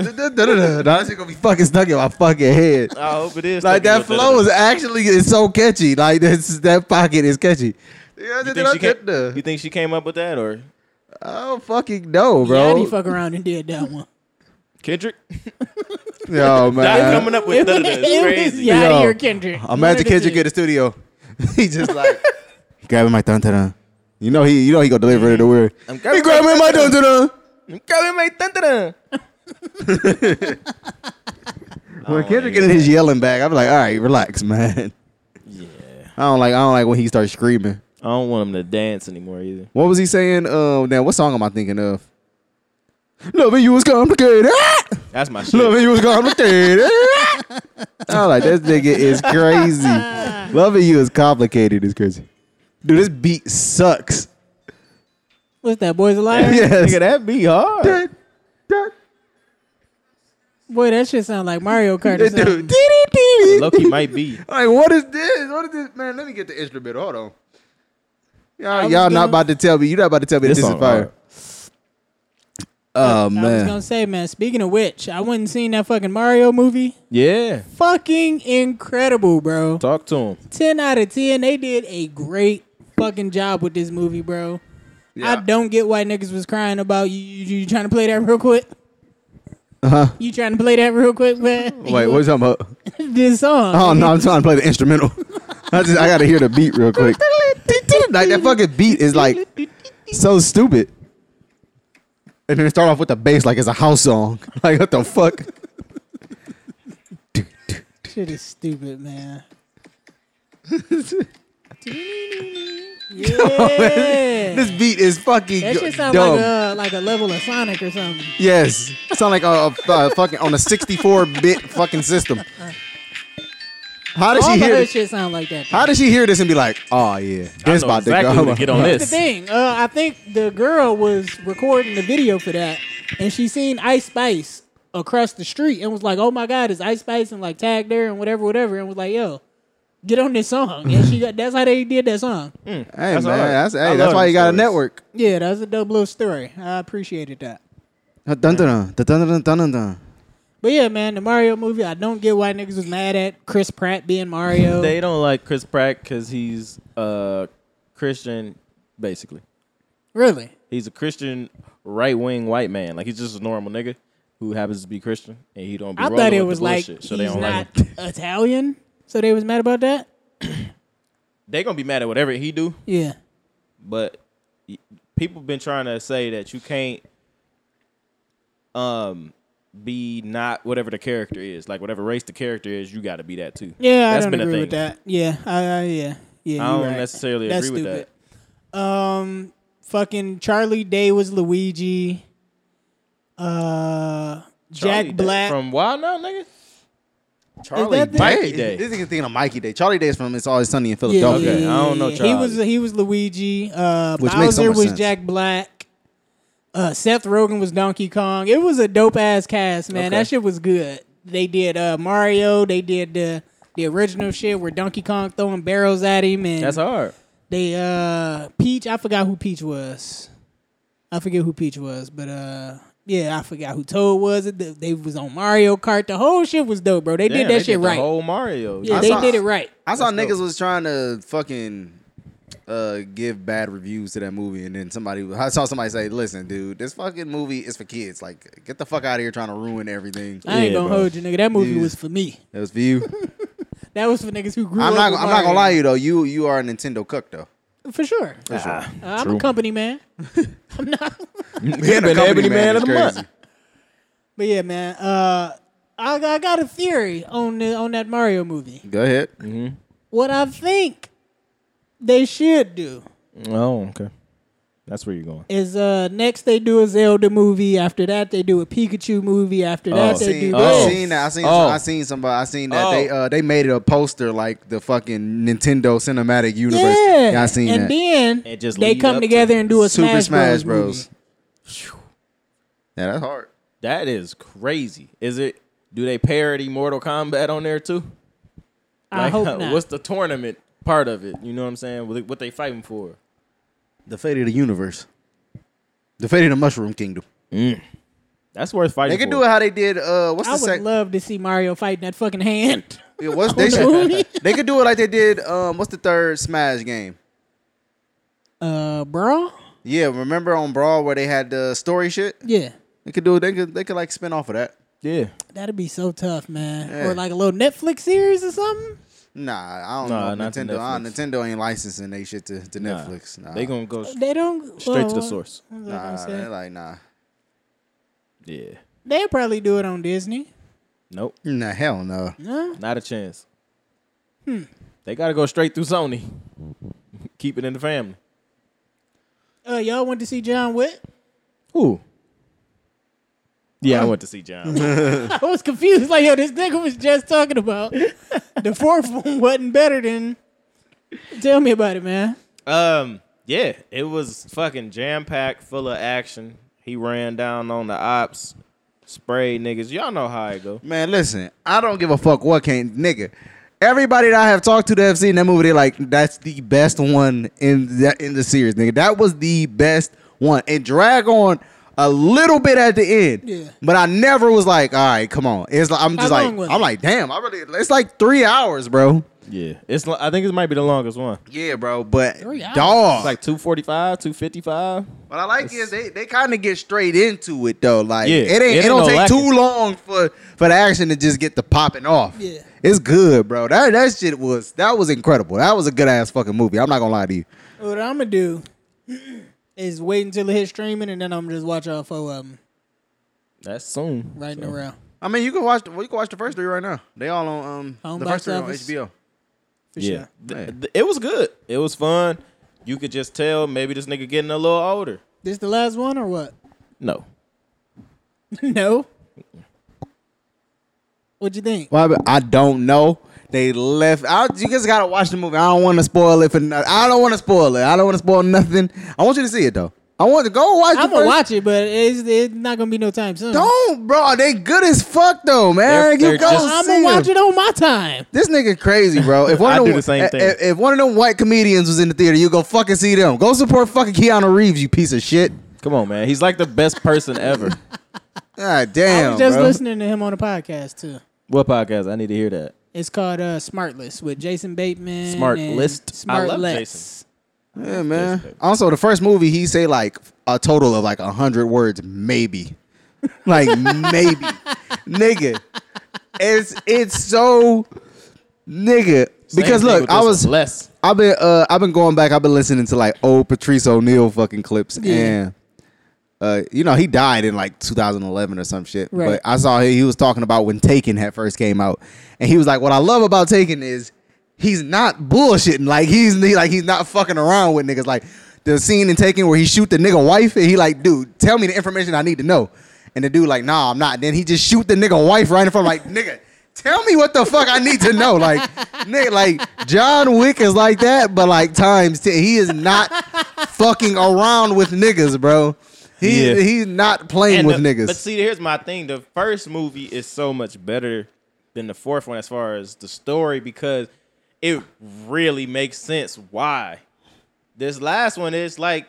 Da- da- da- da- da. Nah, That shit gonna be fucking stuck in my fucking head. I hope it is. Like that Thinking about flow is actually it's so catchy. Like that's that pocket is catchy. You think, she came, you think she came up with that or I don't fucking know, Bro. bro. fuck around and did that one. Kendrick? Yo, Not man. coming up with none of this. it was Crazy. Yachty Yo, or Kendrick. One of Imagine the Kendrick two. in the studio. he just like grabbing my dun dun. You know he, you know he gonna deliver it the word. I'm He grabbing my dun dun. Coming my thunder. Oh, When Kendrick getting his yelling back, I'm like, all right, relax, man. Yeah. I don't like, I don't like when he starts screaming. I don't want him to dance anymore either. What was he saying? Uh, now what song am I thinking of? Loving you was complicated. Ah! That's my shit. Loving you was complicated. Ah! I'm like, this nigga is crazy. Loving you is complicated is crazy. Dude, this beat sucks. What's that? Boy's a liar. Yes. Nigga, that be hard. Dun, dun. Boy, that shit sound like Mario Kart. Or Dude, something. dee-dee-dee-dee. Loki might be. Like, what is this? What is this? Man, let me get the instrument. Hold on. Y'all, was y'all gonna- not about to tell me. You're not about to tell me this, This is song fire. Oh, I was gonna man. say, man. Speaking of which, I went and seen that fucking Mario movie. Yeah. Fucking incredible, bro. Talk to him. Ten out of ten. They did a great fucking job with this movie, bro. I Yeah. don't get why niggas was crying about you. You, you trying to play that real quick? Uh-huh. You trying to play that real quick, man? Wait, what you talking about? this song? Oh, no, I'm trying to play the instrumental. I just I got to hear the beat real quick. Like, that fucking beat is like so stupid. And then it start off with the bass like it's a house song. Like, what the fuck? Shit is stupid, man. yeah. This beat is fucking that shit sound dumb. like a like a level of Sonic or something. Yes, sound like a, a, a fucking on a 64-bit fucking system. How did All she of hear? her This? shit sound like that. How did she hear this and be like, "Oh yeah, I this know about exactly to who go to get on the this. thing. Uh, I think the girl was recording the video for that, and she seen Ice Spice across the street and was like, "Oh my God, is Ice Spice?" and like tagged her and whatever, whatever, and was like, "Yo, get on this song." And she got that's how they did that song. Hey That's man, hard. that's, I hey, love that's why them you got a stories. network. Yeah, that was a dope little story. I appreciated that. Dun dun dun dun dun dun dun dun. But yeah, man, the Mario movie. I don't get why niggas was mad at Chris Pratt being Mario. They don't like Chris Pratt because he's uh Christian, basically. really? He's a Christian right wing white man. Like he's just a normal nigga who happens to be Christian and he don't be I rolling thought it with was the like bullshit, he's so they don't like not him. Italian, so they was mad about that. they gonna be mad at whatever he do. Yeah. But y- people been trying to say that you can't um be not whatever the character is, like whatever race the character is, you got to be that too. Yeah, That's I don't been a agree thing. with that. Yeah, I, I yeah, yeah. I you're don't right. necessarily That's agree with stupid. Um, fucking Charlie Day was Luigi. Uh, Charlie Jack Day Black. from Wild Now, nigga. Charlie that the- Mikey Hey, Day. This nigga thinking of Mikey Day. Charlie Day's from It's Always Sunny in yeah, Philadelphia. yeah, Okay, yeah, I don't know yeah. He was Charlie. he was Luigi. Uh, Which Bowser makes so much was sense. Jack Black. Uh, Seth Rogen was Donkey Kong. It was a dope ass cast, man. Okay. That shit was good. They did uh Mario. They did the the original shit where Donkey Kong throwing barrels at him and That's hard. They uh Peach, I forgot who Peach was. I forget who Peach was, but uh yeah, I forgot who Toad was. It- They they was on Mario Kart. The whole shit was dope, bro. They Damn, did that shit the right. whole Mario. yeah, I they saw- did it right. I saw That's niggas dope. was trying to fucking uh, give bad reviews to that movie, and then somebody I saw somebody say, "Listen, dude, this fucking movie is for kids. Like, get the fuck out of here trying to ruin everything." I ain't Yeah, gonna bro. hold you, nigga. That movie Yeah. was for me. That was for you. That was for niggas who grew I'm up. not. with I'm not gonna Mario. lie to you though. You you are a Nintendo cook though. For sure. For sure. Uh, I'm True. a company man. Being a Been company man Ebony Man is of the crazy. month. But yeah, man. Uh I, I got a theory on the, on that Mario movie. Go ahead. What I think they should do Oh, okay. That's where you're going. is uh next they do a Zelda movie. After that they do a Pikachu movie. After that Oh. they seen, do I Oh. this. seen that. I seen. Oh. I seen somebody. I seen that Oh. they uh they made it a poster like the fucking Nintendo Cinematic Universe. Yeah, I seen and that. then It just they lead come up together to and do a Super Smash, Bros. movie. Yeah, that's hard. That is crazy. Is it? Do they parody Mortal Kombat on there too? I hope not. uh, What's the tournament part of it? You know what I'm saying? What they, what they fighting for? The fate of the universe. The fate of the Mushroom Kingdom. That's worth They fighting. could for. do it how they did. Uh, what's I the would second? love to see Mario fighting that fucking hand. what's they the should, movie. They could do it like they did. Um, what's the third Smash game? Uh, bro. Yeah, remember on Brawl where they had the story shit. Yeah. They could do. They could. They could like spin off of that. Yeah. That'd be so tough, man. Yeah. Or like a little Netflix series or something. Nah, I don't Nah, know. not to Nintendo. I don't- Netflix. Nintendo ain't licensing they shit to, to Netflix. Nah, They gonna go s- They don't straight to well, uh, the source. what was I gonna Nah, say? they like nah. Yeah. They'll probably do it on Disney. Nope. Nah, hell no. No, Not a chance. Hmm. They gotta go straight through Sony. Keep it in the family. uh, y'all went to see John Wick. Who? Yeah, I went to see John. I was confused. Like, yo, this nigga was just talking about the fourth one wasn't better than. Tell me about it, man. um. Yeah, it was fucking jam packed, full of action. He ran down on the ops, sprayed niggas. Y'all know how it go. Man, listen, I don't give a fuck what can't nigga. Everybody that I have talked to that have seen that movie, they like that's the best one in that in the series, nigga. That was the best one. It drag on a little bit at the end, Yeah. but I never was like, all right, come on. It's like I'm How just long was like it? I'm like, damn, I really. It's like three hours, bro. Yeah, it's. lo- I think it might be the longest one. Yeah, bro, but Three hours? dog. It's like 245, 255. what I like is they, they kind of get straight into it though. Like Yeah, it ain't it, it ain't don't no take lacking. too long for for the action to just get the popping off. Yeah. it's good, bro. That that shit was that was incredible. That was a good ass fucking movie. I'm not gonna lie to you. What I'm gonna do is wait until it hits streaming, and then I'm just watch all four of them That's soon. right in So, a row. I mean, you can watch the, well, you can watch the first three right now. They all on um Home the first box three on office. HBO. For Yeah. sure. Th- Man. th- it was good. It was fun. You could just tell maybe this nigga getting a little older. This the last one or what? No. no. What'd you think? Well, I don't know. They left. I, you just gotta watch the movie. I don't want to spoil it for. no- I don't want to spoil it. I don't want to spoil nothing. I want you to see it though. I want to go watch. the I'm gonna first- watch it, but it's, it's not gonna be no time soon. Don't, bro. They good as fuck though, man. They're- you they're go just- I'm see gonna watch them. it on my time. This nigga crazy, bro. If one I of do them, the same i- thing. If, if one of them white comedians was in the theater, you go fucking see them. Go support fucking Keanu Reeves, you piece of shit. Come on, man. He's like the best person ever. God I damn, was just bro. listening to him on a podcast too. what podcast? I need to hear that. It's called uh, Smart List with Jason Bateman. Smart and List? Smart I love List. Jason. Yeah, man. baby. Also, the first movie, he say like a total of like a hundred words, maybe, like maybe, nigga. It's it's so, nigga. Same because thing look, with I this was one. less. I've been uh I've been going back. I've been listening to like old Patrice O'Neal fucking clips, Yeah. and uh, you know he died in like 2011 or some shit. Right. But I saw he, he was talking about when Taken had first came out, and he was like, "What I love about Taken is he's not bullshitting. Like he's he, like he's not fucking around with niggas. Like the scene in Taken where he shoot the nigga wife, and he like, dude, tell me the information I need to know. And the dude like, nah, I'm not. then he just shoot the nigga wife right in front, like, nigga. Tell me what the fuck I need to know. Like, nigga, like John Wick is like that, but like times ten. He is not fucking around with niggas, bro. He Yeah. he's not playing And with the- niggas. But see, here's my thing: the first movie is so much better than the fourth one as far as the story because it really makes sense why. This last one is like,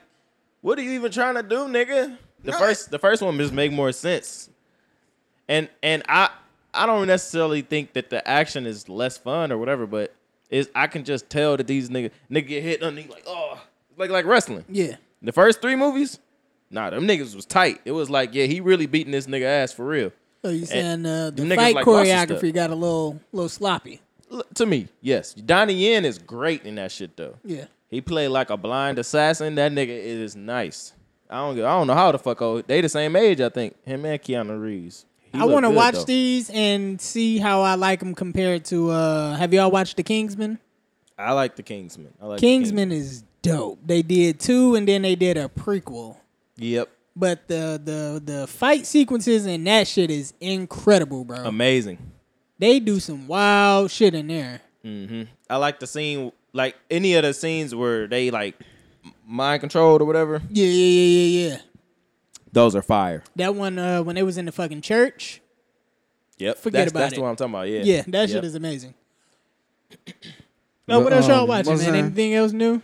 what are you even trying to do, nigga? The first, the first one just make more sense, and and I I don't necessarily think that the action is less fun or whatever, but is I can just tell that these niggas nigga get hit and they like oh like like wrestling. Yeah. The first three movies, nah, them niggas was tight. It was like, yeah, he really beating this nigga ass for real. So you saying uh, them the niggas fight like lost their choreography stuff. got a little little sloppy. L- to me, yes. Donnie Yen is great in that shit though. Yeah. He played like a blind assassin. That nigga is nice. I don't give- I don't know how the fuck old they the same age, I think. Him and Keanu Reeves. He I look want to good, watch though. these and see how I like them compared to. Uh, have y'all watched The Kingsman? I like the Kingsman. I like the Kingsman is dope. They did two, and then they did a prequel. Yep. But the the the fight sequences and that shit is incredible, bro. Amazing. they do some wild shit in there. I like the scene like any of the scenes where they like m- mind controlled or whatever. Yeah, yeah, yeah, yeah, yeah. Those are fire. That one uh, when they was in the fucking church. Yep. Forget that's, about that's it. the one I'm talking about. Yeah. Yeah, that Yep. shit is amazing. No, what else y'all um, watching, what's man? that? Anything else new?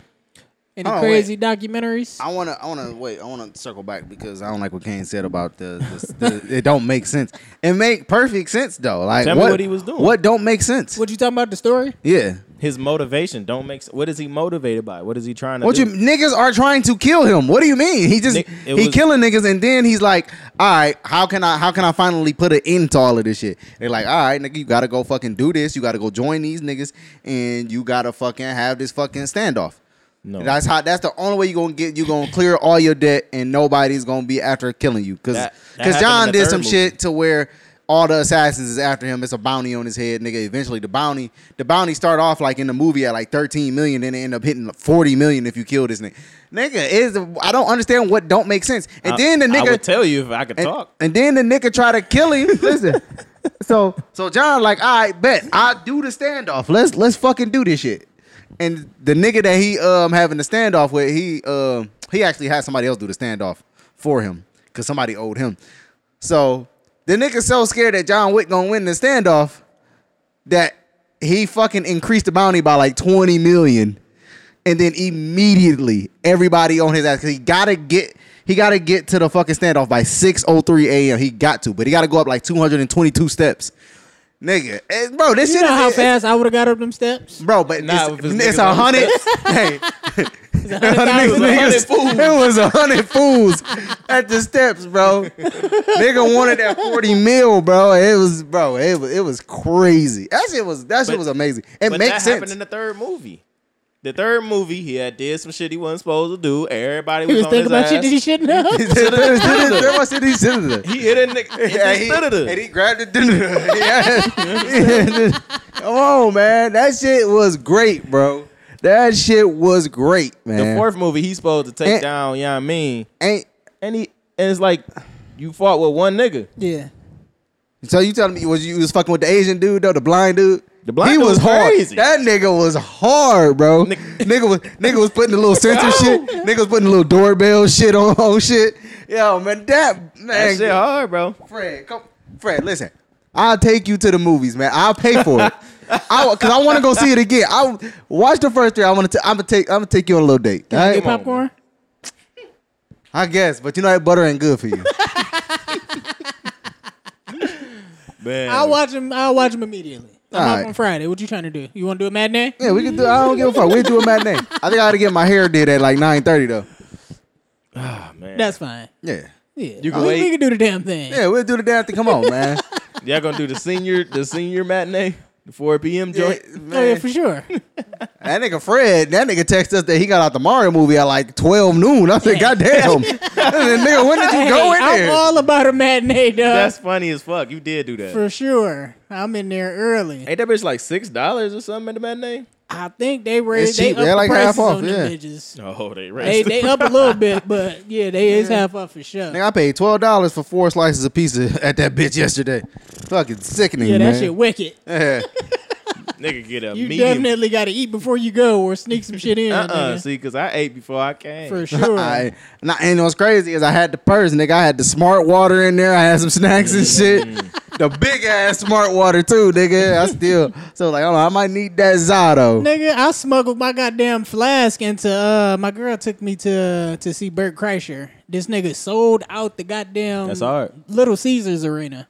Any Hold on, crazy documentaries? I wanna, I wanna wait. I wanna circle back because I don't like what Kane said about the. the, the it don't make sense. It make perfect sense though. Like Tell me what, what he was doing. What don't make sense? What you talking about? The story? yeah. His motivation don't make sense. What is he motivated by? What is he trying to What you do? niggas are trying to kill him? What do you mean? He just Nick- he it was- killing niggas, and then he's like, "All right, how can I how can I finally put an end to all of this shit?" They're like, "All right, nigga, you gotta go fucking do this. You gotta go join these niggas, and you gotta fucking have this fucking standoff." No. That's how. That's the only way you gonna get. You gonna clear all your debt, and nobody's gonna be after killing you. Cause, That- that 'cause happened in John the did third some movie. shit to where all the assassins is after him. It's a bounty on his head, nigga. Eventually, the bounty, the bounty start off like in the movie at like thirteen million, then it end up hitting forty million if you kill this nigga. Nigga is I don't understand what don't make sense. And I- then the I nigga would tell you if I could and, talk. and then the nigga try to kill him. Listen. So so John like, all right, bet I do the standoff. Let's let's fucking do this shit. And the nigga that he um having the standoff with, he um he actually had somebody else do the standoff for him because somebody owed him. So the nigga so scared that John Wick gonna win the standoff that he fucking increased the bounty by like 20 million. And then immediately everybody on his ass. Cause he gotta get he gotta get to the fucking standoff by 6.03 a.m. He got to, but he gotta go up like 222 steps. Nigga. eh, bro, this You shit know how is- fast I would have got up them steps? Bro, but Nah, it's, if it's it's niggas a on hundred. hey, Is that how niggas- that hundred niggas- fools. It was a hundred fools at the steps, bro. Nigga wanted that forty mil, bro. It was, bro. It was, it was crazy. That shit was, that shit But- was amazing. It But that makes sense. happened in the third movie. The third movie, he had did some shit he wasn't supposed to do. Everybody He was, was on his thinking about ass. shit that he shouldn't He have. said, "There was- there was- there was- he said it. he hit a nigga. in Yeah, the he- stutter. and he grabbed it. Yeah. Come on, man. That shit was great, bro. That shit was great, the man. fourth movie, he's supposed to take And- down. You know what I mean? Ain't And he and it's like you fought with one nigga. yeah. so you telling me was you was fucking with the Asian dude though, the blind dude? The blind he dude was, was hard. crazy. That nigga was hard, bro. Nigga- nigga was nigga was putting the little sensor shit. Nigga was putting the little doorbell shit on, on shit. Yo, man, that That man. shit hard, bro. Fred, come, Fred, listen. I'll take you to the movies, man. I'll pay for it. I because I want to go see it again. I watch the first three. I want to. I'm gonna take. I'm gonna take you on a little date. all Get right? on, popcorn? I guess, but you know that butter ain't good for you. Man, I'll watch him. I'll watch him immediately. I'm All off right. on Friday. What you trying to do? You want to do a matinee? yeah, we can do. I don't give a fuck. We do a matinee. I think I got to get my hair did at like nine thirty though. man. That's fine. Yeah, Yeah. Oh, You can we, wait. we can do the damn thing. yeah, we'll do the damn thing. Come on, man. y'all gonna do the senior the senior matinee. The 4 p.m. joint. Oh yeah, for sure. That nigga Fred, that nigga texted us that he got out the Mario movie at like 12 noon. I said, God damn. nigga, when did you Hey, go in I'm there? all about a matinee, dog. That's funny as fuck. You did do that. for sure. I'm in there early. Ain't that bitch like six dollars or something at the matinee? I think they raised cheap. they They're up like the half prices off, on them yeah. bitches. Oh, they They raised. they up a little bit, but yeah, they is half off for sure. Nigga, I paid twelve dollars for four slices of pizza at that bitch yesterday. Fucking sickening, yeah, that man. shit wicked. Yeah. Nigga, get a You medium. definitely got to eat before you go, or sneak some shit in. Uh uh nigga. See, because I ate before I came. for sure. I, and, I, and what's crazy is I had the purse, nigga. I had the smart water in there. I had some snacks and shit. the big ass smart water too, nigga. I still so like, hold on, I might need that Zato. Nigga, I smuggled my goddamn flask into uh my girl took me to to see Bert Kreischer. This nigga sold out the goddamn That's hard. Little Caesars arena.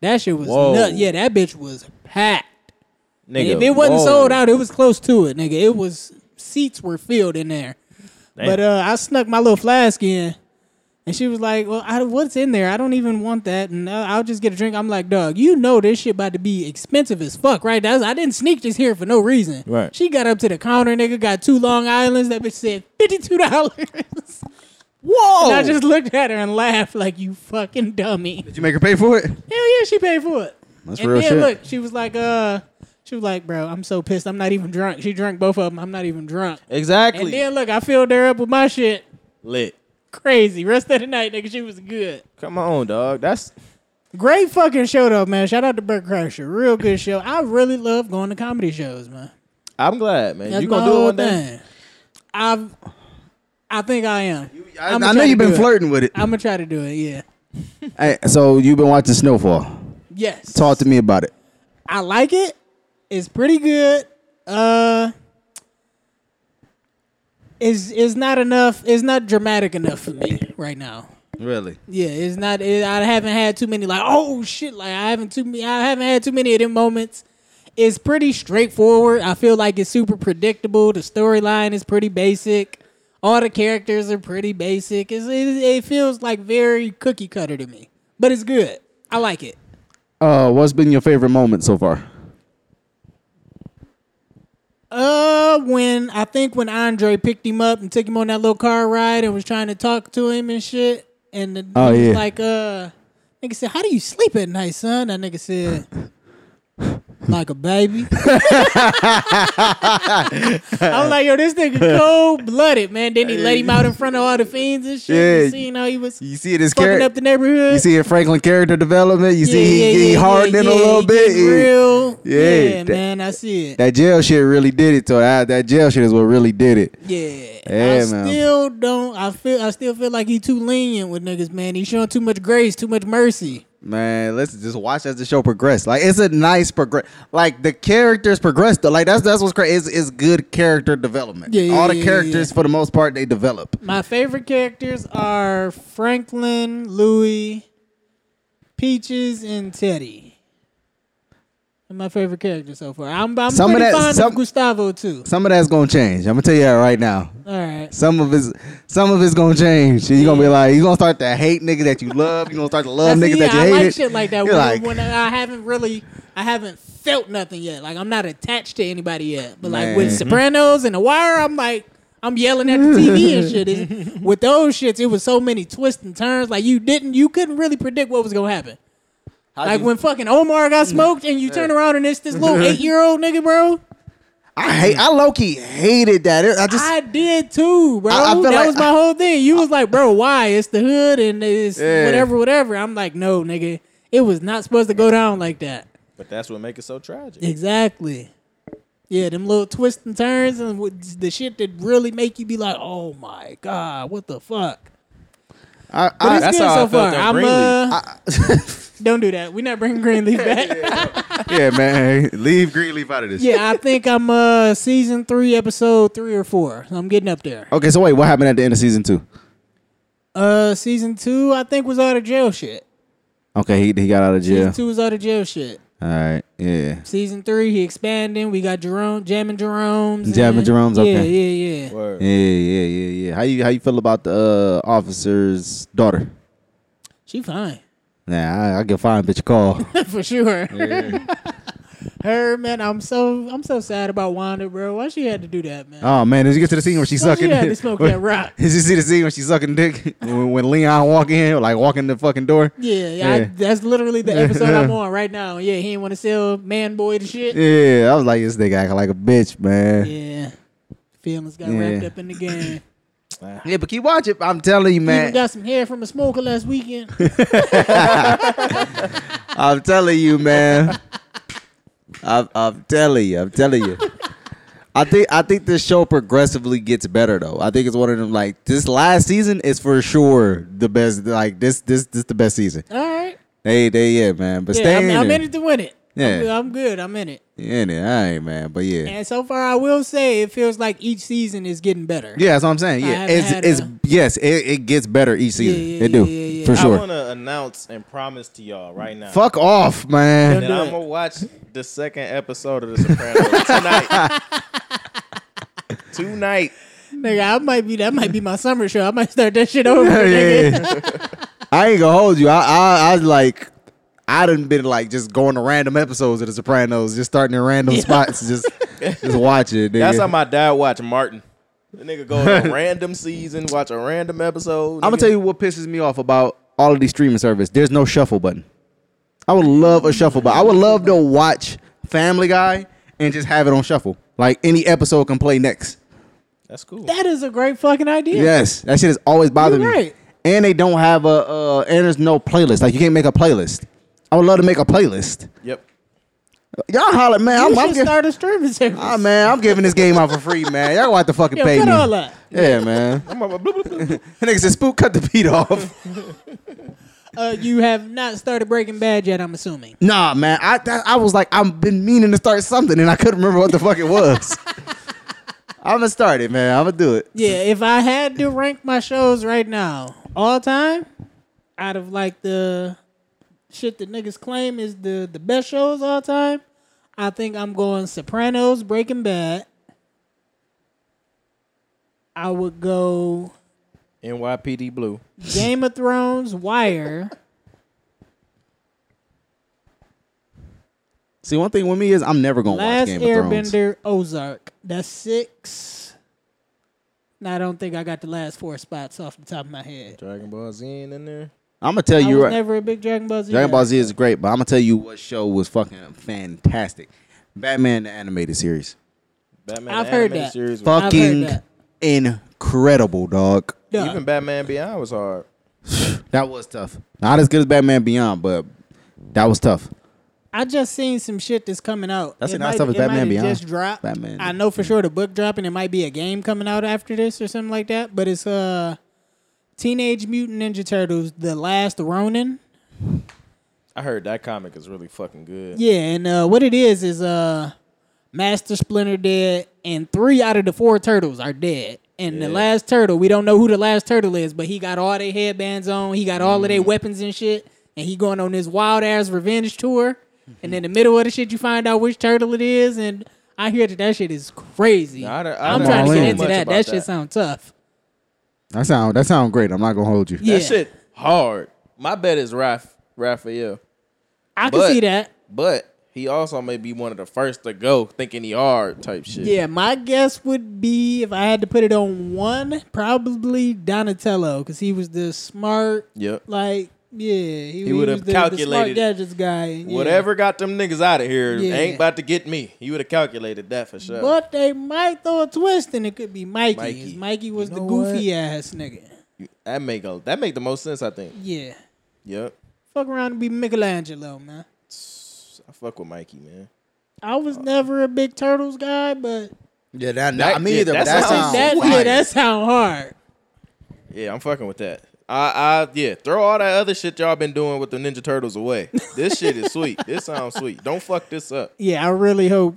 That shit was Whoa. nuts. Yeah, that bitch was packed. Nigga, if it wasn't whoa. sold out, it was close to it, nigga. It was seats were filled in there. Damn. But uh I snuck my little flask in. And she was like, "Well, I, what's in there? I don't even want that, and uh, I'll just get a drink." I'm like, "Dog, you know this shit about to be expensive as fuck, right?" That's, I didn't sneak this here for no reason. Right. She got up to the counter, nigga, got two Long Island's. That bitch said fifty two dollars. Whoa! And I just looked at her and laughed like, "You fucking dummy." Did you make her pay for it? Hell yeah, she paid for it. That's and real then shit. look, she was like, "Uh." She was like, bro, I'm so pissed. I'm not even drunk. She drank both of them. I'm not even drunk. exactly And then look, I filled her up with my shit. lit. Crazy. Rest of the night, nigga, she was good. Come on, dog. That's Great fucking show though, man. Shout out to Bert Kreischer. Real good show. I really love going to comedy shows, man. I'm glad, man. That's you gonna my do it whole one day? thing. I've I think I am. I, I know you've been flirting with it. I'm gonna try to do it, yeah. Hey, so you've been watching Snowfall. Yes. Talk to me about it. I like it. It's pretty good. Uh is is not enough it's not dramatic enough for me right now. Really? Yeah, it's not. It, I haven't had too many like oh shit. Like I haven't too many. I haven't had too many of them moments. It's pretty straightforward. I feel like it's super predictable. The storyline is pretty basic. All the characters are pretty basic. It's, it, it feels like very cookie cutter to me, but it's good. I like it. Uh, what's been your favorite moment so far? Uh, when I think when Andre picked him up and took him on that little car ride and was trying to talk to him and shit, and the, Oh, he was yeah. like, uh, nigga said, "How do you sleep at night, son?" That nigga said, "Like a baby." I was like, "Yo, this nigga cold blooded, man." Then he let him out in front of all the fiends and shit. Yeah. You seen how he was You see this fucking character? up the neighborhood. You see in Franklin character development. You see he, he hardening yeah, a little he bit. getting Real, Yeah, yeah, that- man, I see it. That jail shit really did it to her. That jail shit is what really did it. Yeah, I Yeah, man. still don't. I feel. I still feel like he too lenient with niggas, man. He showing too much grace, too much mercy. Man, let's just watch as the show progress. Like it's a nice progress. Like the characters progressed. Though. Like that's that's what's crazy. It's, it's good character development. Yeah, yeah, All the yeah, yeah, characters yeah. for the most part they develop. My favorite characters are Franklin, Louis, Peaches, and Teddy. They're my favorite character so far. I'm, I'm Some of pretty that- fond some- of Gustavo too. Some of that's gonna change. I'm gonna tell you that right now. All right. Some of it's some of it's gonna change. You're gonna be like you're gonna start to hate niggas that you love. You're gonna start to love That's- niggas yeah, that you I hated. like shit like that You're when, like- when I haven't really, I haven't felt nothing yet. Like I'm not attached to anybody yet. But like Man. with Sopranos and The Wire, I'm like, I'm yelling at the TV and shit. It's- with those shits, it was so many twists and turns. Like you didn't, you couldn't really predict what was gonna happen. like when fucking Omar got smoked, and you turn around and it's this little eight year old nigga, bro. I hate. I low key hated that. It- I just I did too, bro. I- I feel that like- was my whole thing. You was like, bro, why? It's the hood and it's Yeah. whatever, whatever. I'm like, no, nigga, it was not supposed to go down like that. But that's what make it so tragic. Exactly. Yeah, them little twists and turns and what- the shit that really make you be like, oh my god, what the fuck. I, But I, it's that's good how I so felt far. on I'm Greenleaf. uh, don't do that. We're not bringing Greenleaf back. yeah, man. Leave Greenleaf out of this. yeah, I think I'm uh season three, episode three or four. I'm getting up there. Okay, so wait, what happened at the end of season two? Uh, season two, I think was all the jail shit. Okay, he he got out of Season jail. two was all the jail shit. All right, yeah. Season three, he expanding. We got Jerome, Jamming Jerome's. Jammin' and- Jerome's, okay. Yeah, yeah, yeah. Word. Yeah, yeah, yeah, yeah. How you how you feel about the uh, officer's daughter? She fine. Nah, I, I can find bitch a call. For sure. her, man. I'm so I'm so sad about Wanda, bro. Why she had to do that, man? Oh man, did you get to the scene where she's Why she sucking? had to smoke that rock? Did you see the scene when she's sucking dick when, when Leon walk in, like walking the fucking door? Yeah, yeah. I, Yeah. that's literally the episode I'm on right now. Yeah, he ain't want to sell man boy the shit. Yeah, Yeah, I was like, this nigga acting like a bitch, man. Yeah, feelings got Yeah. wrapped up in the game. but keep watching. I'm telling you, Even man. got some hair from a smoker last weekend. I'm telling you, man. I'm, I'm telling you. I'm telling you. I think I think this show progressively gets better though. I think it's one of them like this last season is for sure the best. Like this this this the best season. All right. They they yeah man. But Yeah, stay I'm, in I'm there. in it to win it. I'm, Yeah. good. I'm good. I'm in it. Yeah, in there. All right, man. But yeah. And so far, I will say it feels like each season is getting better. Yeah, that's what I'm saying. I Yeah, haven't it's, had it's a- yes, it, it gets better each season. yeah, it do yeah, yeah, yeah. for sure. I want to announce and promise to y'all right now. Fuck off, Don't man. that do I'm it. gonna watch the second episode of The Sopranos tonight. tonight. Nigga, I might be that might be my summer show. I might start that shit over. Yeah, nigga. yeah, yeah. I ain't gonna hold you. I I, I like. I done been like just going to random episodes of The Sopranos, just starting in random spots, just just watch it. Nigga. That's how my dad watch Martin. The nigga go to a random season, watch a random episode. I'm gonna tell you what pisses me off about all of these streaming services. There's no shuffle button. I would love a shuffle button. I would love to watch Family Guy and just have it on shuffle. Like any episode can play next. That's cool. That is a great fucking idea. Yes, that shit has always bothered You're me. right. And they don't have a uh, and there's no playlist. Like you can't make a playlist. I would love to make a playlist. Yep. Y'all holler, man. You I'm, should I'm giving, start a streaming service. ah, man, I'm giving this game out for free, man. Y'all want to fucking Yo, pay cut me? all that. Yeah, man. I'm a- bloop, bloop, bloop. That nigga said, "Spook, cut the beat off." Uh, you have not started Breaking Bad yet, I'm assuming. nah, man. I that, I was like, I've been meaning to start something, and I couldn't remember what the fuck it was. I'm gonna start it, man. I'm gonna do it. Yeah, if I had to rank my shows right now, all time, out of like the shit that niggas claim is the the best shows all time, I think I'm going Sopranos, Breaking Bad. I would go NYPD Blue. Game of Thrones, Wire. See, one thing with me is I'm never gonna watch Last Game of Thrones. Airbender, Ozark. That's six. Now I don't think I got the last four spots off the top of my head. Dragon Ball Z in there. I'm gonna tell I you was right. never a big Dragon Ball Z. Dragon guy. Ball Z is great, but I'm gonna tell you what show was fucking fantastic. Batman the animated series, Batman I've the heard animated that. series. was- I've heard fucking that. incredible, dog. Duh. Even Batman Beyond was hard. That was tough. Not as good as Batman Beyond, but that was tough. I just seen some shit that's coming out. That's It the nice might- stuff is it might Batman have Beyond. Just dropped. Batman. I know for sure the book dropping. It might be a game coming out after this or something like that. But it's uh, Teenage Mutant Ninja Turtles: The Last Ronin. I heard that comic is really fucking good. Yeah, and uh, what it is is uh, Master Splinter dead, and three out of the four turtles are dead. And the Yeah. last turtle, we don't know who the last turtle is, but he got all their headbands on, he got all of Mm. their weapons and shit, and he going on this wild ass revenge tour. And in the middle of the shit, you find out which turtle it is, and I hear that that shit is crazy. Now, I done- I I'm trying done to heard get so into much that. about That that. shit sound tough. That sound that sound great. I'm not gonna hold you. Yeah, That shit hard. My bet is Raf Raphael. I can but- see that. But he also may be one of the first to go thinking he hard type shit. Yeah, my guess would be if I had to put it on one, probably Donatello, because he was the smart, Yep. like, yeah, he, he would've was the, the smart calculated gadgets guy. and yeah. Whatever got them niggas out of here Yeah. ain't about to get me. You would have calculated that for sure. But they might throw a twist, and it could be Mikey. 'cause Mikey, Mikey. was You the know goofy ass nigga. That make a, that make the most sense, I think. Yeah, Yep. fuck around and be Michelangelo, man. I fuck with Mikey, man. I was Uh. never a big Turtles guy, but Yeah, that, That- yeah, that sounds- that fire. yeah, that sound hard. Yeah, I'm fucking with that. I, I, yeah, throw all that other shit y'all been doing with the Ninja Turtles away. This shit is sweet. This sounds sweet. Don't fuck this up. Yeah, I really hope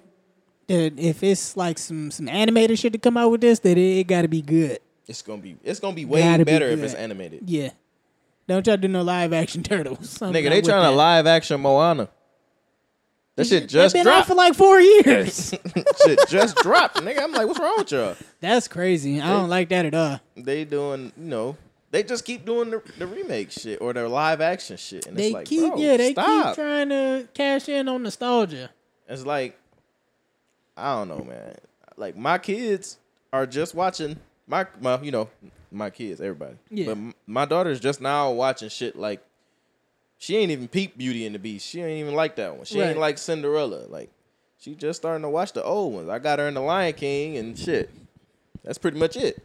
that if it's like some some animated shit to come out with this, that it, it got to be good. It's gonna be, it's gonna be way Gotta be better if good. it's animated. Yeah. Don't try to do no live action turtles. I'm Nigga, not they with trying to that. live action Moana. That shit They've just been out dropped. for like four years. shit just dropped, nigga. I'm like, what's wrong with y'all? That's crazy. I don't like that at all. They doing, you know, they just keep doing the, the remake shit or their live action shit, and They it's like, keep bro, yeah, they stop. keep trying to cash in on nostalgia. It's like, I don't know, man. Like my kids are just watching my, my you know, my kids, everybody. Yeah. But m- my daughter's just now watching shit like she ain't even peep Beauty and the Beast. She ain't even like that one. She Right. ain't like Cinderella. Like she just starting to watch the old ones. I got her in the Lion King and shit. That's pretty much it.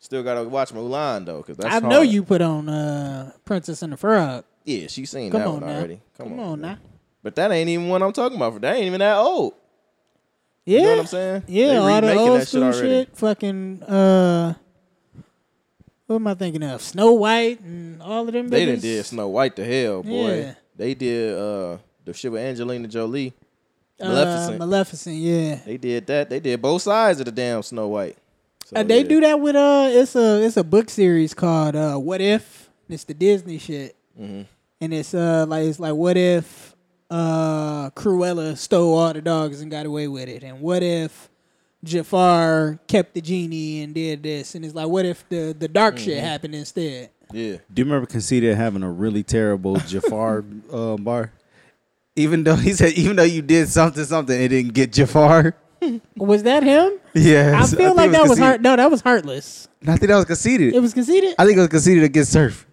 Still gotta watch Mulan though, cause that's I know hard. you put on uh, Princess and the Frog. Yeah, she seen Come that on one now. already. Come, Come on on man. now. But that ain't even what I'm talking about. That ain't even that old. Yeah. You know what I'm saying? They Yeah, all the remaking old that shit school already. shit. Fucking uh, what am I thinking of? Snow White and all of them. They done niggas. did Snow White to hell, boy. Yeah. They did uh the shit with Angelina Jolie. Uh, Maleficent. Maleficent, yeah. They did that. They did both sides of the damn Snow White. So, Uh, they Oh, yeah. do that with uh, it's a it's a book series called uh, What If. And It's the Disney shit, and it's uh like it's like what if uh Cruella stole all the dogs and got away with it, and what if Jafar kept the genie and did this, and it's like what if the the dark shit happened instead? Yeah. Do you remember Conceited having a really terrible Jafar um, bar? Even though he said, even though you did something, something, it didn't get Jafar. Was that him? Yeah, I feel like that was heart. Conceited. No, that was heartless. I think that was Conceited. It was conceited. I think it was Conceited against Surf.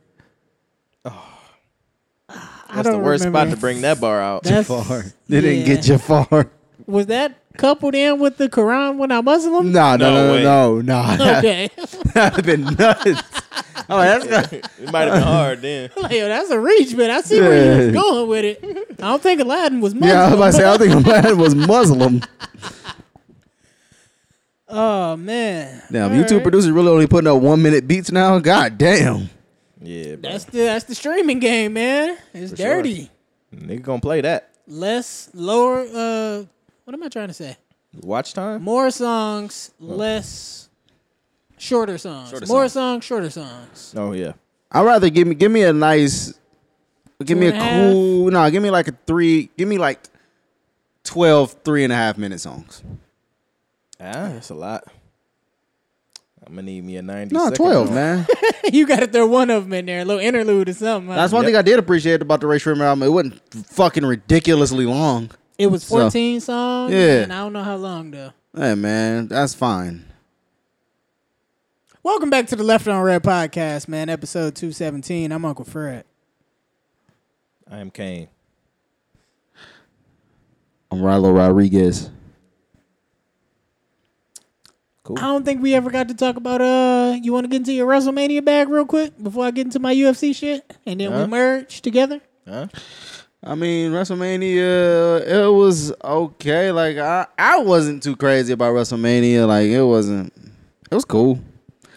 I That's the don't worst spot remember. to bring that bar out. That's- Jafar. They didn't get yeah. Jafar. Was that coupled in with the Quran when I Muslim? Nah, no, No no, way. no, no, no. Okay. That would have been nuts. Oh, that's not. it might have been hard then. Like, yo, that's a reach, but I see where you was Yeah. going with it. I don't think Aladdin was Muslim. Yeah, I was about to say, I think Aladdin was Muslim. Oh man, Damn, All YouTube right. producers really only putting up one minute beats now? God damn. Yeah, bro. That's the that's the streaming game, man. It's sure. dirty. Nigga gonna play that. Less lower. Uh, what am I trying to say? Watch time? More songs, less shorter songs. Shorter More songs. songs, shorter songs. Oh yeah. I'd rather give me give me a nice, give me Two a and a half? cool. No, give me like a three. Give me like 12, three and a half minute songs. Ah, that's a lot. I'm gonna need me a 90 No, second twelve, song. man. you got to throw one of them in there, a little interlude or something. That's huh? one thing I did appreciate about the Ray Shrimmer album. It wasn't fucking ridiculously long. It was So- fourteen songs. Yeah. and I don't know how long though. Hey, man, that's fine. Welcome back to the Left on Red podcast, man. Episode two seventeen. I'm Uncle Fred. I am Kane. I'm Rilo Rodriguez. Cool. I don't think we ever got to talk about uh you want to get into your WrestleMania bag real quick before I get into my UFC shit and then Huh? we merge together. Huh? I mean, WrestleMania, it was okay. Like I, I wasn't too crazy about WrestleMania. Like it wasn't. It was cool.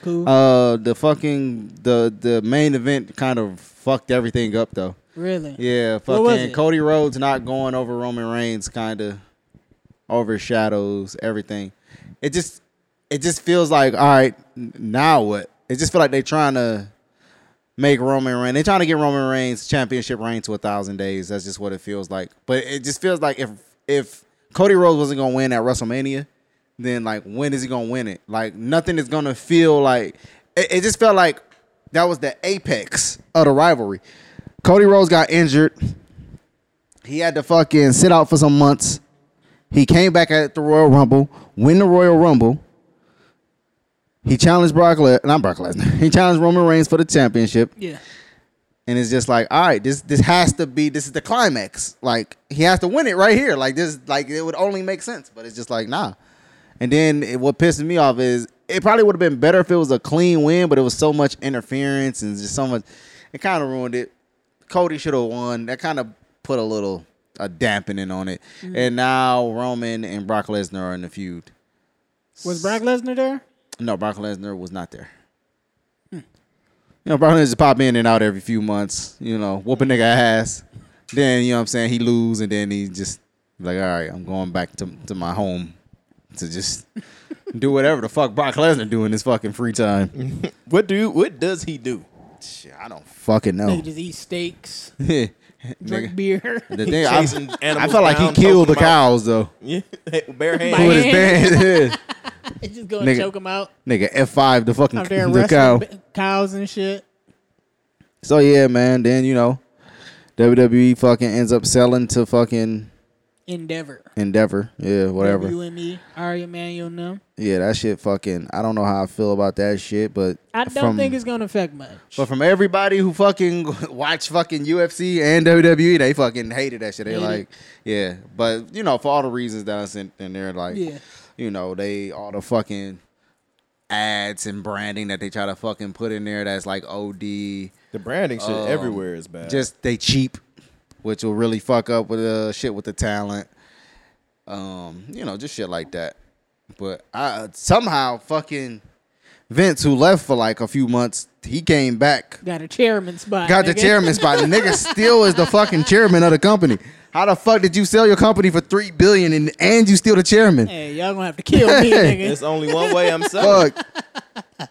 Cool. Uh, the fucking the the main event kind of fucked everything up though. really? Yeah, What was fucking it? Cody Rhodes not going over Roman Reigns kind of overshadows everything. It just it just feels like all right n- now what? It just feel like they trying to make Roman Reigns. They trying to get Roman Reigns championship reign to a thousand days. That's just what it feels like. But it just feels like if if Cody Rhodes wasn't gonna win at WrestleMania, then like when is he gonna win it? Like nothing is gonna feel like it, it just felt like that was the apex of the rivalry. Cody Rhodes got injured. He had to fucking sit out for some months. He came back at the Royal Rumble, win the Royal Rumble. He challenged Brock Lesnar, not Brock Lesnar. He challenged Roman Reigns for the championship, Yeah. and it's just like, all right, this this has to be this is the climax. Like he has to win it right here. Like this, like it would only make sense. But it's just like nah. And then it, what pisses me off is it probably would have been better if it was a clean win, but it was so much interference and just so much. It kind of ruined it. Cody should have won. That kind of put a little a dampening on it. And now Roman and Brock Lesnar are in the feud. Was Brock Lesnar there? No, Brock Lesnar was not there. You know, Brock Lesnar just pop in and out every few months. You know, whoop a nigga ass. Then you know what I'm saying he lose, and then he just like, all right, I'm going back to to my home to just do whatever the fuck Brock Lesnar do in his fucking free time. What do you, what does he do? Shit, I don't fucking know. Nigga just eat steaks, Oh. Nigga, drink the beer. thing, I, chasing I animals felt like he down, killed the choking 'em out. cows though Yeah. Bare By with hands. his band. just go and Nigga. choke him out nigga F five the fucking out there the cow. wrestling b- cows and shit. So E yeah, man. Then you know, WWE fucking ends up selling to fucking Endeavor. Endeavor. Yeah, whatever. You and me, Ari Emanuel, and them. Yeah, that shit fucking. I don't know how I feel about that shit, but I don't from- think it's gonna affect much. But from everybody who fucking watch fucking UFC and WWE, they fucking hated that shit. They Hate it. like, yeah. But you know, for all the reasons that I sent in there, like, Yeah. you know, they all the fucking ads and branding that they try to fucking put in there. That's like OD. The branding shit Um, everywhere is bad. Just they cheap, which will really fuck up with the shit with the talent. Um, you know, just shit like that. But I somehow fucking Vince, who left for like a few months, he came back Got a chairman spot. got the nigga. chairman spot. The nigga still is the fucking chairman of the company. How the fuck did you sell your company for three billion and and you still the chairman? Hey, y'all gonna have to kill me, There's nigga. only one way I'm selling. Fuck.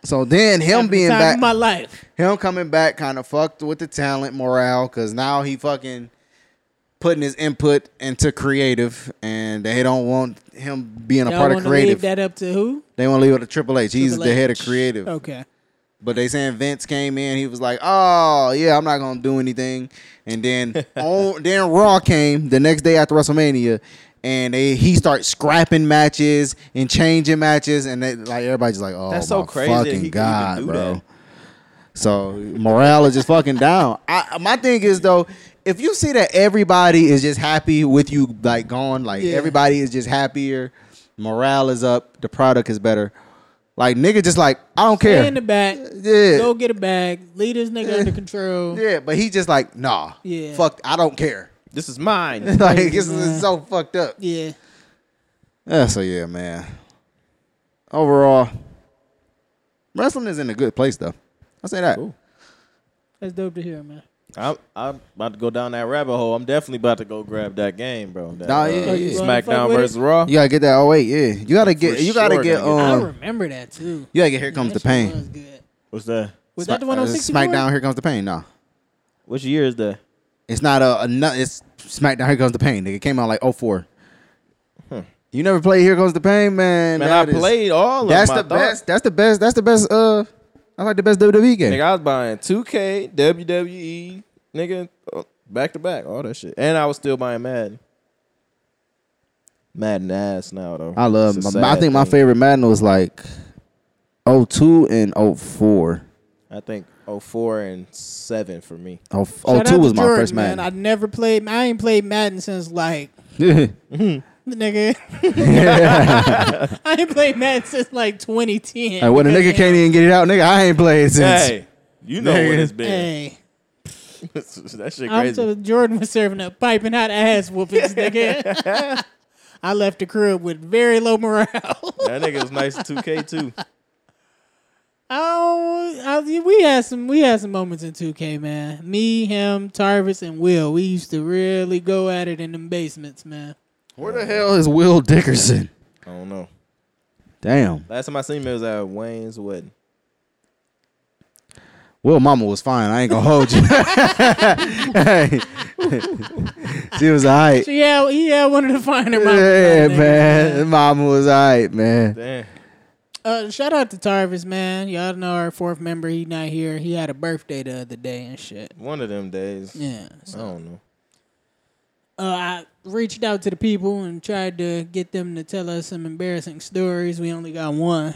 So then him Every being time back, of my life. him coming back, kind of fucked with the talent morale because now he fucking putting his input into creative, and they don't want him being a Y'all part want of to leave creative. that up to who? They want to leave it to Triple H. He's Triple the head of H. creative. Okay. But they saying Vince came in, he was like, "Oh yeah, I'm not gonna do anything." And then on, then Raw came the next day after WrestleMania, and they, he starts scrapping matches and changing matches, and they, like everybody's just like, "Oh, That's so my crazy that he could fucking even god, do bro." that. So morale is just fucking down. I, my thing is though, if you see that everybody is just happy with you, like gone, like Yeah. everybody is just happier, morale is up, the product is better. Like nigga, just like I don't Stay care. in the back. Yeah. Go get a bag. Lead this nigga under control. Yeah, but he just like, nah, Yeah. fuck, I don't care. This is mine. like this is so fucked up. Yeah. Yeah, so yeah, man. Overall, wrestling is in a good place though. I say that. Cool. That's dope to hear, man. I'm, I'm about to go down that rabbit hole. I'm definitely about to go grab that game, bro. That, Nah, yeah, uh, yeah. Fuck SmackDown with it. versus Raw. You gotta get that. Oh wait, yeah, you gotta get. For you gotta sure get. gotta get I Um, remember that too. you gotta get. Here comes That the shit pain. Was, good. What's that? was Smack- that the one on uh, 64? SmackDown. Here comes the pain. No, Which year is that? it's not a. a no- it's SmackDown. Here comes the pain. Nigga it came out like 04. You never played Here Comes the Pain, man. Man, That I is- played all of That's my the thoughts. best. That's the best. That's the best. Uh, I like the best WWE game. Nigga, I was buying 2K, WWE, E, nigga, uh, back to back, all that shit. And I was still buying Madden. Madden ass now, though. I love. It's a My, I sad think my thing. favorite Madden was like 02 and 04. I think 04 and 7 for me. Oh, Shout out 02 to was my Jordan, first Madden. Man. I never played. I ain't played Madden since like nigga. I ain't played Madden since like 2010. Like, when a nigga Because, can't even get it out, nigga, I ain't played since. Hey, you know Nigga. what it's been. Hey, that shit I'm crazy. so Jordan was serving up piping hot ass whoopings, nigga. I left the crib with very low morale. that nigga was nice in 2K, too. Oh, I, we had some we had some moments in 2K, man. Me, him, Tarvis, and Will. We used to really go at it in them basements, man. Where the hell is Will Dickerson? I don't know. Damn. Last time I seen him, it was at Wayne's wedding. Will Mama was fine. I ain't gonna hold you. Hey. she was all right. So yeah, he had one of the finer moments. Yeah, nigga, man. Mama was all right, man. Damn. Uh, shout out to Tarvis, man. Y'all know our fourth member. He not here. He had a birthday the other day and shit. One of them days. Yeah. I don't know. Uh, I reached out to the people and tried to get them to tell us some embarrassing stories. We only got one.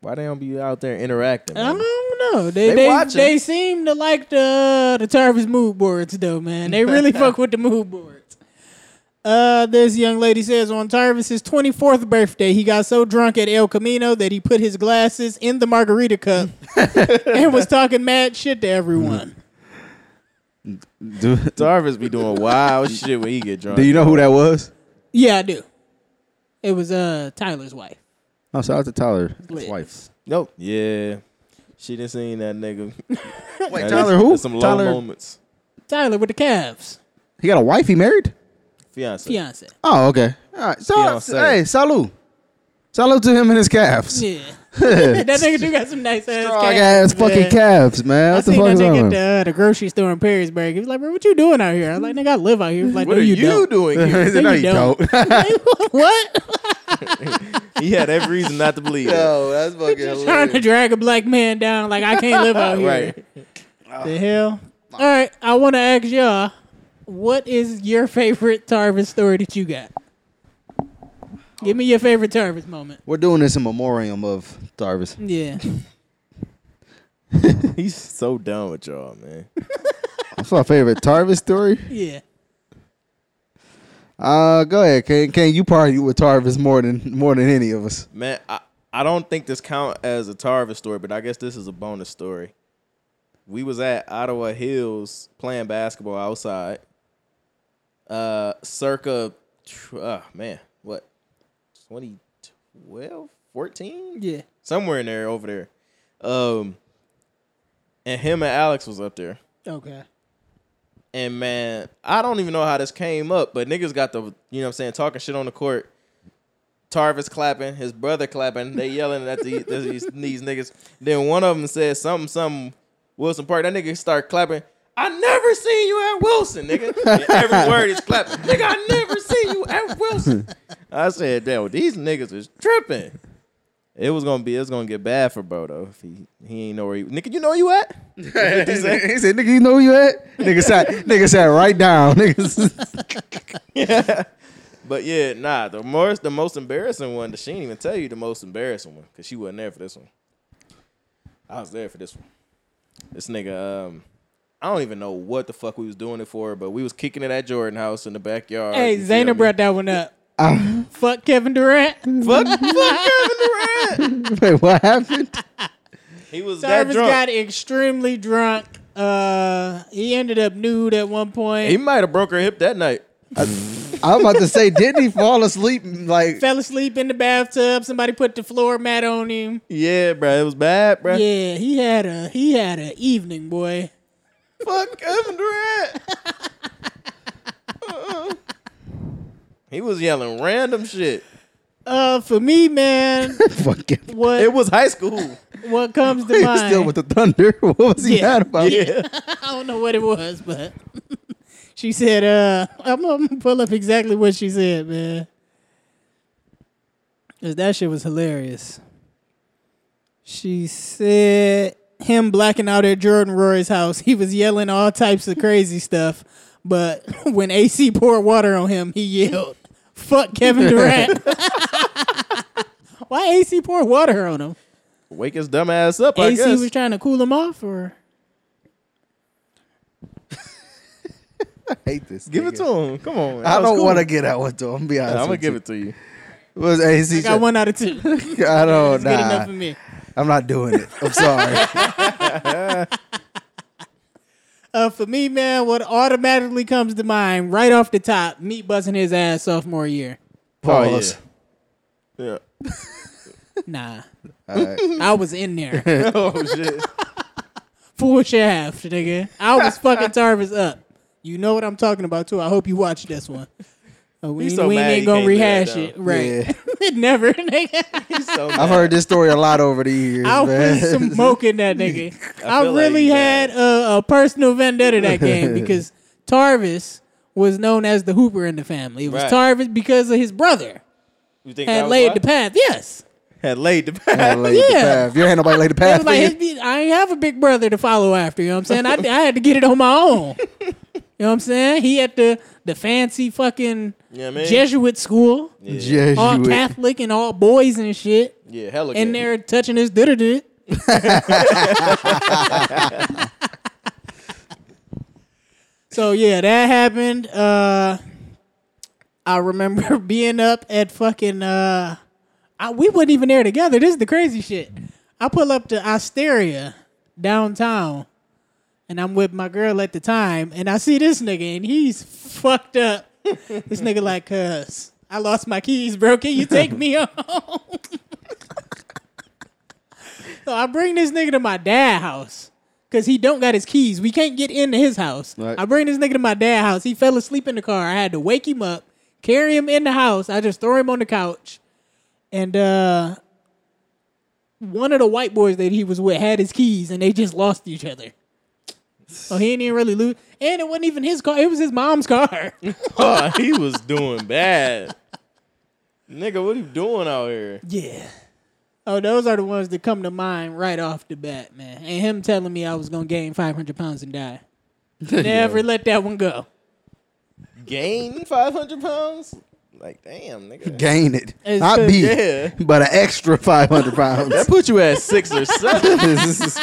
Why they don't be out there interacting? I man? don't know. They They they, they, watching. seem to like the the Tarvis mood boards though, man. They really fuck with the mood boards. Uh, this young lady says on Tarvis's 24th birthday, he got so drunk at El Camino that he put his glasses in the margarita cup and was talking mad shit to Mm. everyone. Do, Darvis be doing wild shit when he get drunk. do you know who that was? Yeah, I do. It was uh Tyler's wife. Oh, shout out to Tyler, Liz. wife. Nope. Yeah. She done seen that nigga. Wait, Now, Tyler that's- who? that's some low Tyler- moments. Tyler with the calves. He got a wife. He married. Fiance. Fiance. Oh, okay. All right. So, Fiance. hey, salute. Salute to him and his calves. Yeah. that nigga do got some nice ass Strong calves. ass fucking man. calves, man. What I the seen fuck that is wrong nigga at with the, him? uh, the grocery store in Perrysburg. He was like, bro, what you doing out here? I was like, nigga, I live out here. He was like, What no, are you, you, don't. doing He here? said, No, you what? he had every reason not to believe it. Yo, that's fucking Trying to drag a black man down. Like, I can't live out here. Right. The hell? All right, I want to ask y'all, what is your favorite Tarvis story that you got? Give me your favorite Tarvis moment. We're doing this in memoriam of Darvis. Yeah. He's so done with y'all, man. That's my favorite Tarvis story. Yeah. Uh, go ahead. Can can you party with Tarvis more than more than any of us? Man, I, I don't think this count as a Tarvis story, but I guess this is a bonus story. We was at Ottawa Hills playing basketball outside. Uh, circa, uh, man, what, 2012, 14? Yeah. Somewhere in there, over there. Um, and him and Alex was up there. Okay. And man, I don't even know how this came up, but niggas got the, you know what I'm saying, talking shit on the court. Tarvis clapping, his brother clapping, they yelling at the, these, these niggas. Then one of them said something, something, Wilson Park. That nigga start clapping. I never seen you at Wilson, nigga. And every word is clapping. Nigga, I never seen you at Wilson. I said, damn, these niggas is tripping. It was gonna be, it's gonna get bad for bro though. If he he ain't know where he, nigga, you know where you at? he said, "Nigga, you know who you at?" Nigga sat, nigga sat right down. Nigga, But yeah, nah. The most the most embarrassing one. She didn't even tell you the most embarrassing one because she wasn't there for this one. I was there for this one. This nigga, um, I don't even know what the fuck we was doing it for, but we was kicking it at Jordan House in the backyard. Hey, you feel me? Zayna brought that one up. Fuck Kevin Durant. Fuck, fuck Kevin Durant. wait, what happened? He was that Tarvis drunk. got extremely drunk. Uh, he ended up nude at one point. He might have broke her hip that night. I was about to say, didn't he fall asleep? Like, fell asleep in the bathtub. Somebody put the floor mat on him. Yeah, bruh, It was bad, bruh. Yeah, he had a he had an evening, boy. Fuck Kevin Durant. Uh-uh. he was yelling random shit. Uh, for me, man, fuck it. what It was high school. what comes to He was mind? still with the thunder. What was he Yeah. mad about? Yeah. I don't know what it was, but she said, uh, I'm gonna pull up exactly what she said, man. Cause that shit was hilarious. She said him blacking out at Jordan Roy's house. He was yelling all types of crazy stuff, but when AC poured water on him, he yelled, "Fuck Kevin Durant." Why AC poured water on him? Wake his dumb ass up, I AC guess. was trying to cool him off, or I hate this. give it to him. Come on. I don't want to get that one to him. Be honest. I'm gonna with give you. it to you. Was AC? I got one out of two. Oh, That's I don't. good enough for Nah, me. I'm not doing it. I'm sorry. Uh, for me, man, what automatically comes to mind right off the top, me buzzing his ass sophomore year. Pause. Oh, Yeah. Nah, All right. I was in there. oh shit. Full shaft, nigga. I was fucking Tarvis up. You know what I'm talking about, too. I hope you watch this one. Uh, we He's so we mad he ain't gonna can't do that, rehash though. it. Right. Yeah. It Never, nigga. He's so mad. I've heard this story a lot over the years, I man. was smoking that nigga. I, feel like really you had a, a personal vendetta that game because Tarvis was known as the hooper in the family. It was Right. Tarvis because of his brother. You think that had was laid why? the path. Yes. Had laid the I path. laid the Yeah. path. You ain't had nobody laid the It path. was for like, you? his be- I ain't have a big brother to follow after. You know what I'm saying? I, I had to get it on my own. You know what I'm saying? He at the, the fancy fucking Yeah, man. Jesuit school, Jesuit. all Catholic and all boys and shit. yeah, hell again. And they're touching his doo So yeah, that happened. Uh I remember being up at fucking uh I, we wasn't even there together. This is the crazy shit. I pull up to Osteria downtown and I'm with my girl at the time and I see this nigga and he's fucked up. this nigga like cuz I lost my keys, bro. Can you take me home? So I bring this nigga to my dad house because he don't got his keys. We can't get into his house. Right. I bring this nigga to my dad house. He fell asleep in the car. I had to wake him up, carry him in the house. I just throw him on the couch, and uh, one of the white boys that he was with had his keys, and they just lost each other. So he didn't even really lose, and it wasn't even his car. It was his mom's car. oh, he was doing bad. Nigga, what are you doing out here? Yeah. Oh, those are the ones that come to mind right off the bat, man. And him telling me I was gonna gain 500 pounds and die. Never let that one go. gain 500 pounds? Like, damn, nigga. Gain it. It's Not good. beat, Yeah. but an extra 500 That pounds. put you at six or seven. This is-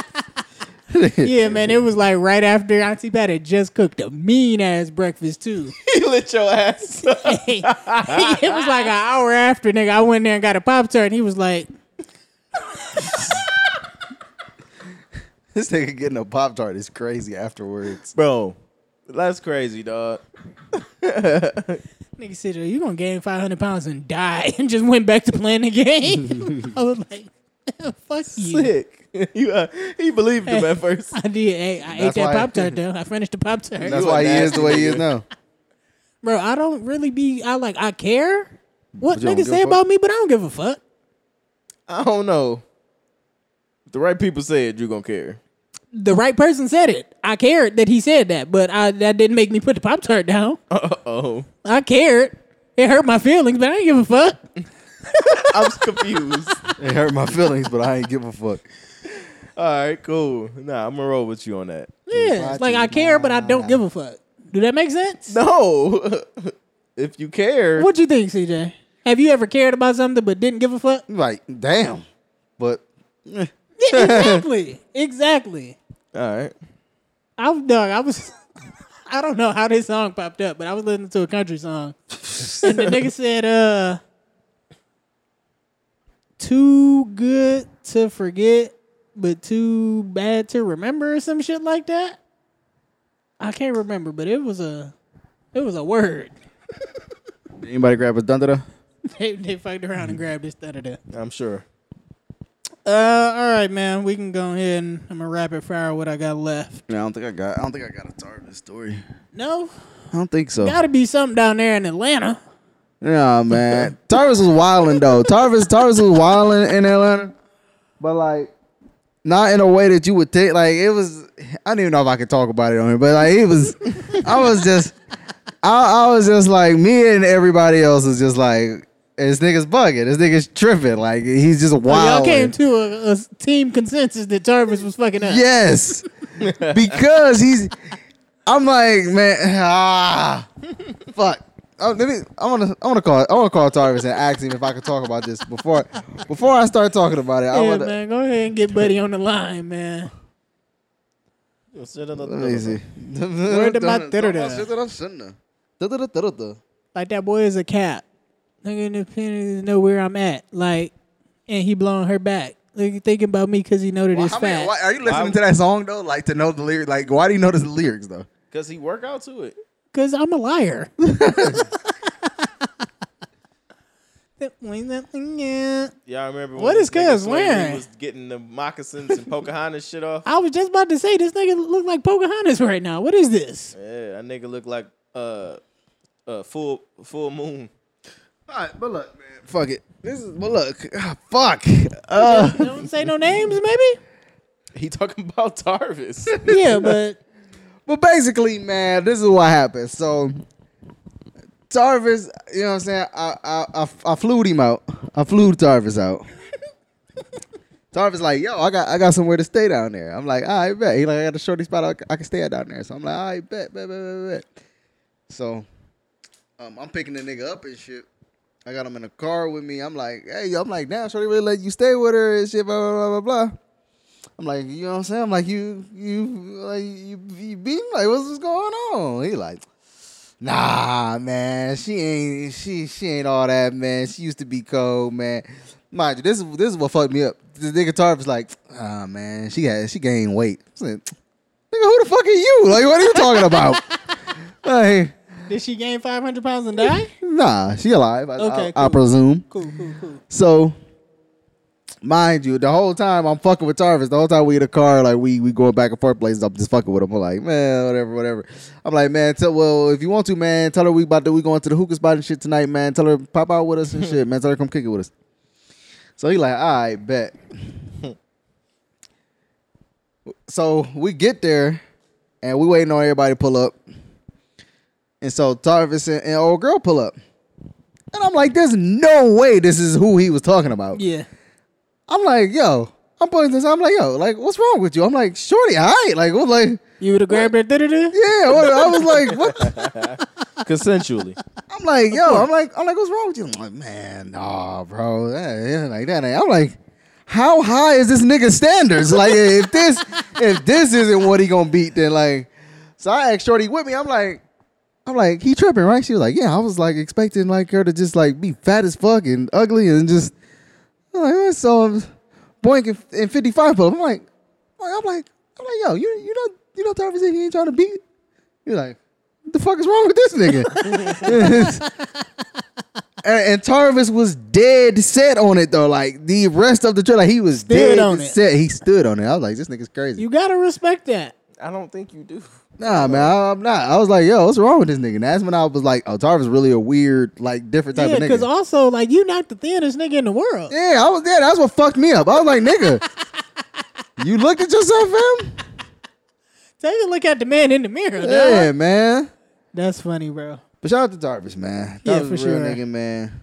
Yeah, man, it was like right after Auntie Pat had just cooked a mean ass breakfast too. he lit your ass up. it was like an hour after, nigga. I went there and got a pop tart, and he was like, this nigga getting a Pop Tart is crazy afterwards. Bro, that's crazy, dog. "Nigga, said you gonna gain five hundred pounds and die," and just went back to playing the game. I was like, "Fuck you." Sick. you, uh, he believed him at first. I did. Hey, I That's ate why- that pop tart though. I finished the pop tart, That's You a why he is the way he is nasty now. bro. I don't really be. I like. I care what But you don't niggas give a say fuck? about me, but I don't give a fuck. I don't know. If the right people say it, you gonna care. The right person said it. I cared that he said that, but I that didn't make me put the pop tart down. Uh oh. I cared. It hurt my feelings, but I didn't give a fuck. I'm confused. It hurt my feelings, but I ain't give a fuck. All right, cool. Nah, I'm gonna roll with you on that. Yeah, it's like I care, but I don't give a fuck. Do that make sense? No. if you care, What you think, CJ? Have you ever cared about something but didn't give a fuck? Like, damn. But Yeah, exactly. exactly. all right. I was dog. I was. I don't know how this song popped up, but I was listening to a country song, and the nigga said, "Uh, too good to forget, but too bad to remember," or some shit like that. I can't remember, but it was a, it was a word. anybody grab a dundada? They they fucked around and grabbed this da da da. I'm sure. Uh, all right, man. We can go ahead and I'm gonna rapid fire what I got left. No, I don't think I got. I don't think I got a Tarvis story. No, I don't think so. gotta be something down there in Atlanta. Nah, man. Tarvis was wilding though. Tarvis, Tarvis was wilding in Atlanta, but like not in a way that you would think. Like it was. I don't even know if I could talk about it on here, but like it was. I was just. I, I was just like me and everybody else is just like this nigga's bugging. This nigga's tripping. Like he's just But wild. Y'all came to a, a team consensus that Jarvis was fucking up. Yes, because he's. I'm like, man, ah, fuck. Oh, let me. I want to. I want to call. I want to call Tarvis and ask him if I could talk about this before. Before I start talking about it, I Yeah, want to. man. Go ahead and get Buddy on the line, man. Let me see. Word to my Like that boy is a cat. Nigga in the pen is know where I'm at. Like, and he blowing her back. Like he thinking about me because he know that it's How many- fat. why- are you listening to that song though? Like to know the lyrics? Like why do you know the lyrics though? Cause he work out to it. Cause I'm a liar. I Y'all remember when What this is Cuz nigga claimed wearing? He was getting the moccasins and Pocahontas shit off. was just about to say this nigga look like Pocahontas right now. What is this? Yeah, that nigga look like uh, uh, full full moon. All right, but look, man, fuck it. This is but look, ah, fuck. Uh, Don't say no names, maybe. He talking about Tarvis. Yeah, but But basically, man, this is what happened. So Tarvis, you know what I'm saying? I I I, I flew him out. I flew Tarvis out. Tarvis like, yo, I got I got somewhere to stay down there. I'm like, all right, bet. He like, I got a shorty spot I, c- I can stay at down there. So I'm like, all right, bet, bet, bet, bet, bet. So um, I'm picking the nigga up and shit. I got him in the car with me. I'm like, hey, I'm like, damn, shorty really let you stay with her and shit, blah blah blah blah blah. I'm like, you know what I'm saying? I'm like, you, you, like, you, you beat like, what's, what's going on? He like, nah, man, she ain't, she, she ain't all that, man. She used to be cold, man. Mind you, this is this is what fucked me up. This nigga Tarp was like, ah, man, she got, she gained weight. I said, nigga, who the fuck are you? Like, what are you talking about? like, did she gain 500 pounds and die? nah, she alive. I, Okay, I, I cool. presume. Cool, cool, cool. So, mind you, the whole time I'm fucking with Tarvis. The whole time we in the car, like we we going back and forth places. I'm just fucking with him. I'm like, man, whatever, whatever. I'm like, man, tell well if you want to, man, tell her we about to we going to the hookah spot and shit tonight, man. Tell her pop out with us and shit, man. Tell her come kick it with us. So he like, all right, bet. so we get there, and we waiting on everybody to pull up. And so Tarvis and, and old girl pull up. And I'm like, there's no way this is who he was talking about. Yeah. I'm like, yo, I'm putting this. I'm like, yo, like, what's wrong with you? I'm like, shorty, all right. Like, what, like, You would have grabbed her. da-da-da? yeah. What, I was like, what? consensually. I'm like, yo, I'm like, I'm like, what's wrong with you? I'm like, man, nah, bro, that ain't like that. Ain't. I'm like, how high is this nigga's standards? Like, if this, if this isn't what he gonna beat, then like, so I asked Shorty with me. I'm like, I'm like, he tripping, right? She was like, yeah, I was like expecting like her to just like be fat as fuck and ugly and just, I'm like, "Man, so Boink and- and 55 pull. up." I'm like, I'm like, I'm like, I'm like, yo, you you know you know Travis Hickey ain't trying to beat. You're like, what the fuck is wrong with this nigga? and, and Tarvis was dead set on it though. Like the rest of the trailer, he was dead on it. set. He stood on it. I was like, this nigga's crazy. You gotta respect that. I don't think you do. nah, man, I, am not. I was like, yo, what's wrong with this nigga? And that's when I was like, oh, Tarvis really a weird, like different type yeah, of nigga. because also like you not the thinnest nigga in the world. yeah, I was there. That's what fucked me up. I was like, nigga, you looked at yourself, fam? Take a look at the man in the mirror. dog. Yeah, man. That's funny, bro. But shout out to Tarvis, man. Tarvis Yeah, was for a real sure. nigga, man.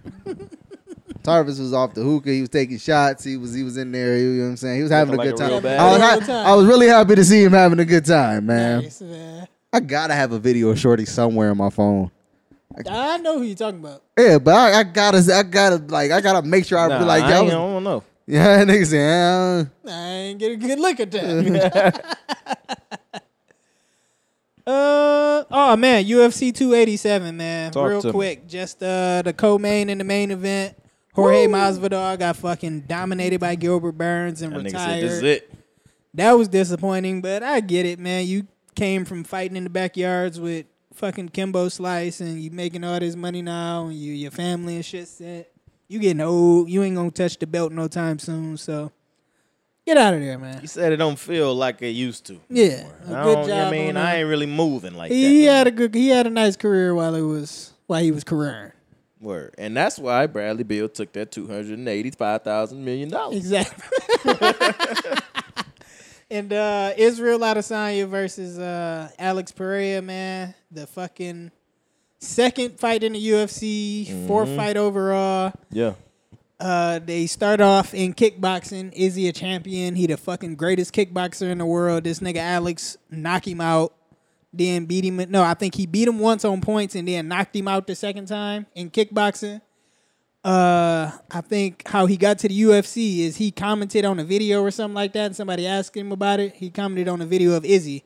Tarvis was off the hookah. He was taking shots. He was he was in there. You know what I'm saying? He was having Looking a good like a real time. bad I was, dude. ha- Good time. I was really happy to see him having a good time, man. Nice, man. I gotta have a video of Shorty somewhere on my phone. I know who you're talking about. Yeah, but I, I gotta I gotta like I gotta make sure I Nah, be like I, ain't- I yo. don't know. Yeah, that nigga saying I ain't get a good look at that. uh oh man, UFC 287 man. Talk Real to me. quick, just uh the co-main and the main event. Jorge Masvidal got fucking dominated by Gilbert Burns and That nigga said retired. this is it. That was disappointing, but I get it, man. You came from fighting in the backyards with fucking Kimbo Slice, and you making all this money now, and you your family and shit set. You getting old. You ain't gonna touch the belt no time soon. So get out of there, man. He said it don't feel like it used to. Yeah, a I good don't- job. I mean, on I him. ain't really moving like that. he no had a good. He had a nice career while he was while he was careering. Word. And that's why Bradley Bill took that two hundred and eighty five thousand million dollars. Exactly. and uh, Israel Adesanya versus uh, Alex Pereira, man, the fucking second fight in the UFC, fourth fight overall. Yeah. Uh, they start off in kickboxing. Is he a champion? He the fucking greatest kickboxer in the world. This nigga Alex knock him out, then beat him. No, I think he beat him once on points and then knocked him out the second time in kickboxing. Uh, I think how he got to the UFC is he commented on a video or something like that, and somebody asked him about it. He commented on a video of Izzy,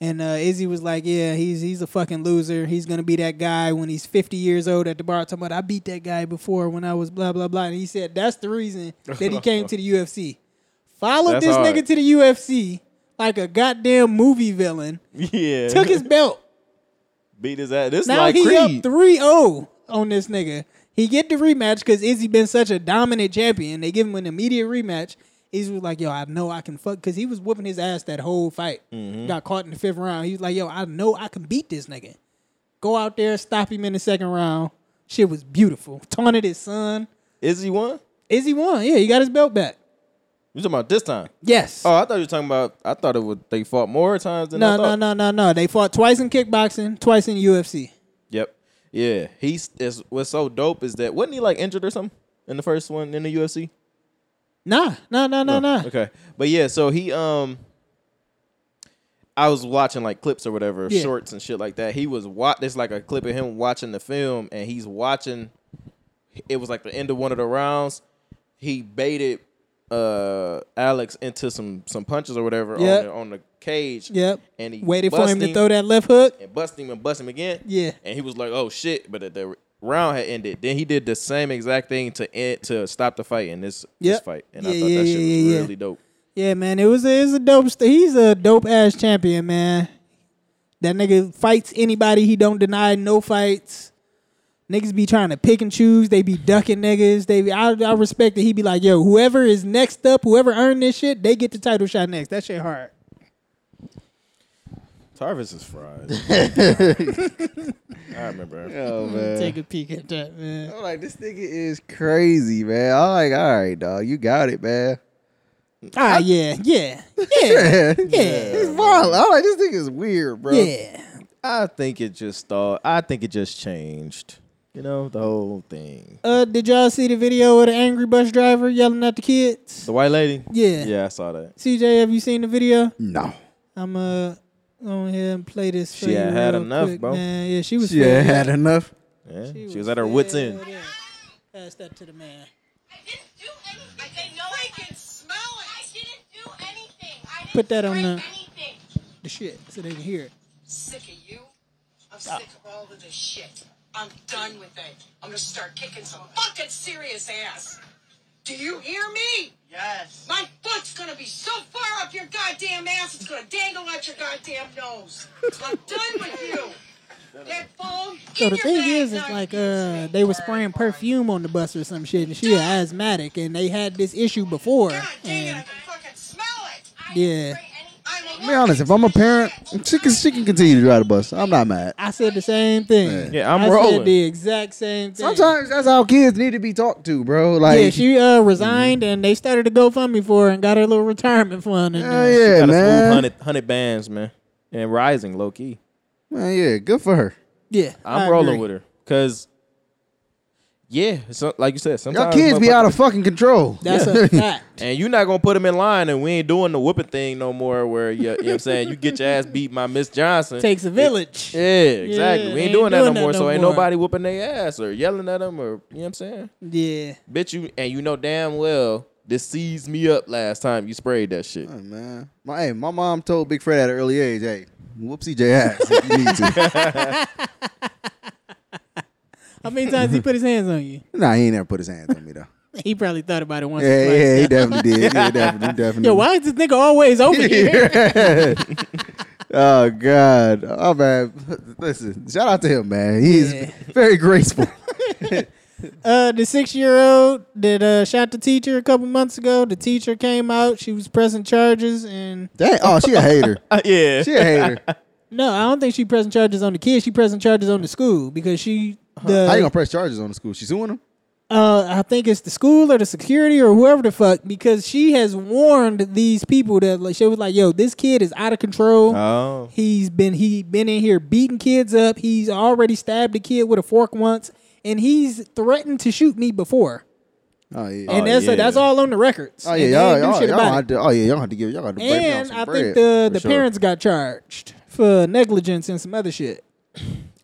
and uh, Izzy was like, "Yeah, he's he's a fucking loser. He's gonna be that guy when he's 50 years old at the bar talking about I beat that guy before when I was blah blah blah." And he said that's the reason that he came to the UFC. Followed That's this hard. nigga to the UFC like a goddamn movie villain. Yeah. Took his belt. beat his ass. This is Now like he Creed. up 3-0 on this nigga. He get the rematch because Izzy been such a dominant champion. They give him an immediate rematch. Izzy was like, yo, I know I can fuck because he was whooping his ass that whole fight. Mm-hmm. Got caught in the fifth round. He was like, yo, I know I can beat this nigga. Go out there, stop him in the second round. Shit was beautiful. Taunted his son. Is he one? Izzy won. Yeah, he got his belt back. You talking about this time? Yes. Oh, I thought you were talking about. I thought it would. They fought more times than no, I thought. no, no, no, no. They fought twice in kickboxing, twice in UFC. Yep. Yeah. He's. Is, what's so dope is that wasn't he like injured or something in the first one in the UFC? Nah, nah, nah, nah, nah. Okay. But yeah, so he um I was watching like clips or whatever, Yeah. shorts and shit like that. He was watch there's like a clip of him watching the film and he's watching it was like the end of one of the rounds. He baited uh Alex into some some punches or whatever Yep. on the, on the cage. Yep. And he Waited for bust him to throw that left hook. and bust him and bust him again. Yeah. And he was like, "Oh shit!" But the, the round had ended. Then he did the same exact thing to end to stop the fight in this this Yep. fight. And I Yeah, thought yeah, that yeah, shit yeah, was yeah. really dope. Yeah, man, it was a, it's a dope. St- he's a dope ass champion, man. That nigga fights anybody. He don't deny no fights. Niggas be trying to pick and choose. They be ducking niggas. They be, I, I respect that he be like, yo, whoever is next up, whoever earned this shit, they get the title shot next. That shit hard. Tarvis is fried. I remember. Oh man. Take a peek at that, man. I'm like, this nigga is crazy, man. I'm like, all right, dog, you got it, man. Ah, yeah, yeah, yeah, He's yeah, violent. I'm like, this nigga is weird, bro. yeah. I think it just thought. I think it just changed. You know the whole thing. Uh, did y'all see the video of the angry bus driver yelling at the kids? The white lady. Yeah. Yeah, I saw that. CJ, have you seen the video? No. I'm uh Go ahead and play this. For She you had had real enough, quick, bro. Man. Yeah, she was. She fed had up. had enough. Yeah, she, was at her wits' fed end. up. Pass that to the man. I didn't do anything. They know I can smell it. I didn't do anything. I didn't Put that on break the- anything. The shit, so they can hear it. Sick of you. I'm Ah. sick of all of this shit. I'm done with it. I'm gonna start kicking some fucking serious ass. Do you hear me? Yes. My foot's gonna be so far up your goddamn ass, it's gonna dangle out your goddamn nose. I'm done with you. That phone. So in the your thing bag is, it's now, like you uh, stink they were bird. spraying perfume on the bus or some shit, and she was asthmatic, and they had this issue before. God damn it, I And can fucking smell it. yeah, I'm Be honest, if I'm a parent, she can she can continue to ride the bus. I'm not mad. I said the same thing. Yeah, I'm I rolling. Said the exact same thing. Sometimes that's how kids need to be talked to, bro. Like, yeah, she uh, resigned, and they started a GoFundMe for her and got her little retirement fund. And, Hell uh, yeah, Got us moved man. 100, 100 bands, man, and rising low key. Man, yeah, good for her. yeah, I'm rolling with her because, yeah, so, like you said, Y'all sometimes kids be out of motherfuckers- fucking control. That's a fact. And you're not gonna put them in line, and we ain't doing the whooping thing no more. Where you, you know what I'm saying you get your ass beat by Miss Johnson. Takes a village. Yeah, exactly. Yeah, we ain't ain't doing that no doing that more. no so ain't more. nobody whooping their ass or yelling at them or you know what I'm saying. yeah. Bitch, you and you know damn well this seized me up last time you sprayed that shit. Hey, man. My hey, my mom told Big Fred at an early age, hey, whoopsie J ass if you need to. How many times he put his hands on you? nah, he ain't never put his hands on me though. He probably thought about it once. Yeah, or twice. yeah, he definitely did. Yeah, definitely, definitely. Yo, why is this nigga always over here? Oh God. Oh man. Listen, shout out to him, man. He's Yeah. very graceful. Uh, the six-year-old that uh, shot the teacher a couple months ago. The teacher came out. She was pressing charges, and Dang. Oh, she a hater. Uh, yeah. She a hater. no, I don't think she pressing charges on the kid. She pressing charges on the school because she the How you gonna press charges on the school? She suing him? uh, I think it's the school or the security or whoever the fuck because she has warned these people that like she was like, "Yo, this kid is out of control. Oh. He's been he been in here beating kids up. He's already stabbed a kid with a fork once, and he's threatened to shoot me before. Oh yeah. And Oh, that's uh, yeah. that's all on the records. oh yeah. And they Y'all, ain't do y'all, shit y'all about it. had to, oh yeah. Y'all had to give. Y'all had to break down And some I bread. think the, the sure. parents got charged for negligence and some other shit.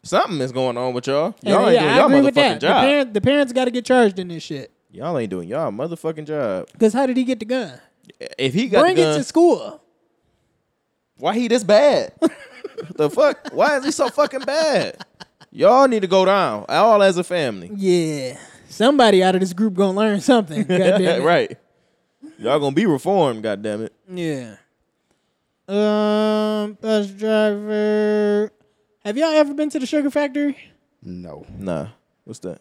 Something is going on with y'all. And Y'all ain't yeah, doing I y'all agree motherfucking with that. The, job. parent, the parents got to get charged in this shit. y'all ain't doing y'all motherfucking job. Because how did he get the gun? If he got Bring the it gun, to school. why he this bad? the fuck? Why is he so fucking bad? Y'all need to go down. All as a family. Yeah. Somebody out of this group gonna learn something. goddamn it. right. Y'all gonna be reformed, goddammit. Yeah. Um, bus driver. Have y'all ever been to the Sugar Factory? no. Nah. What's that?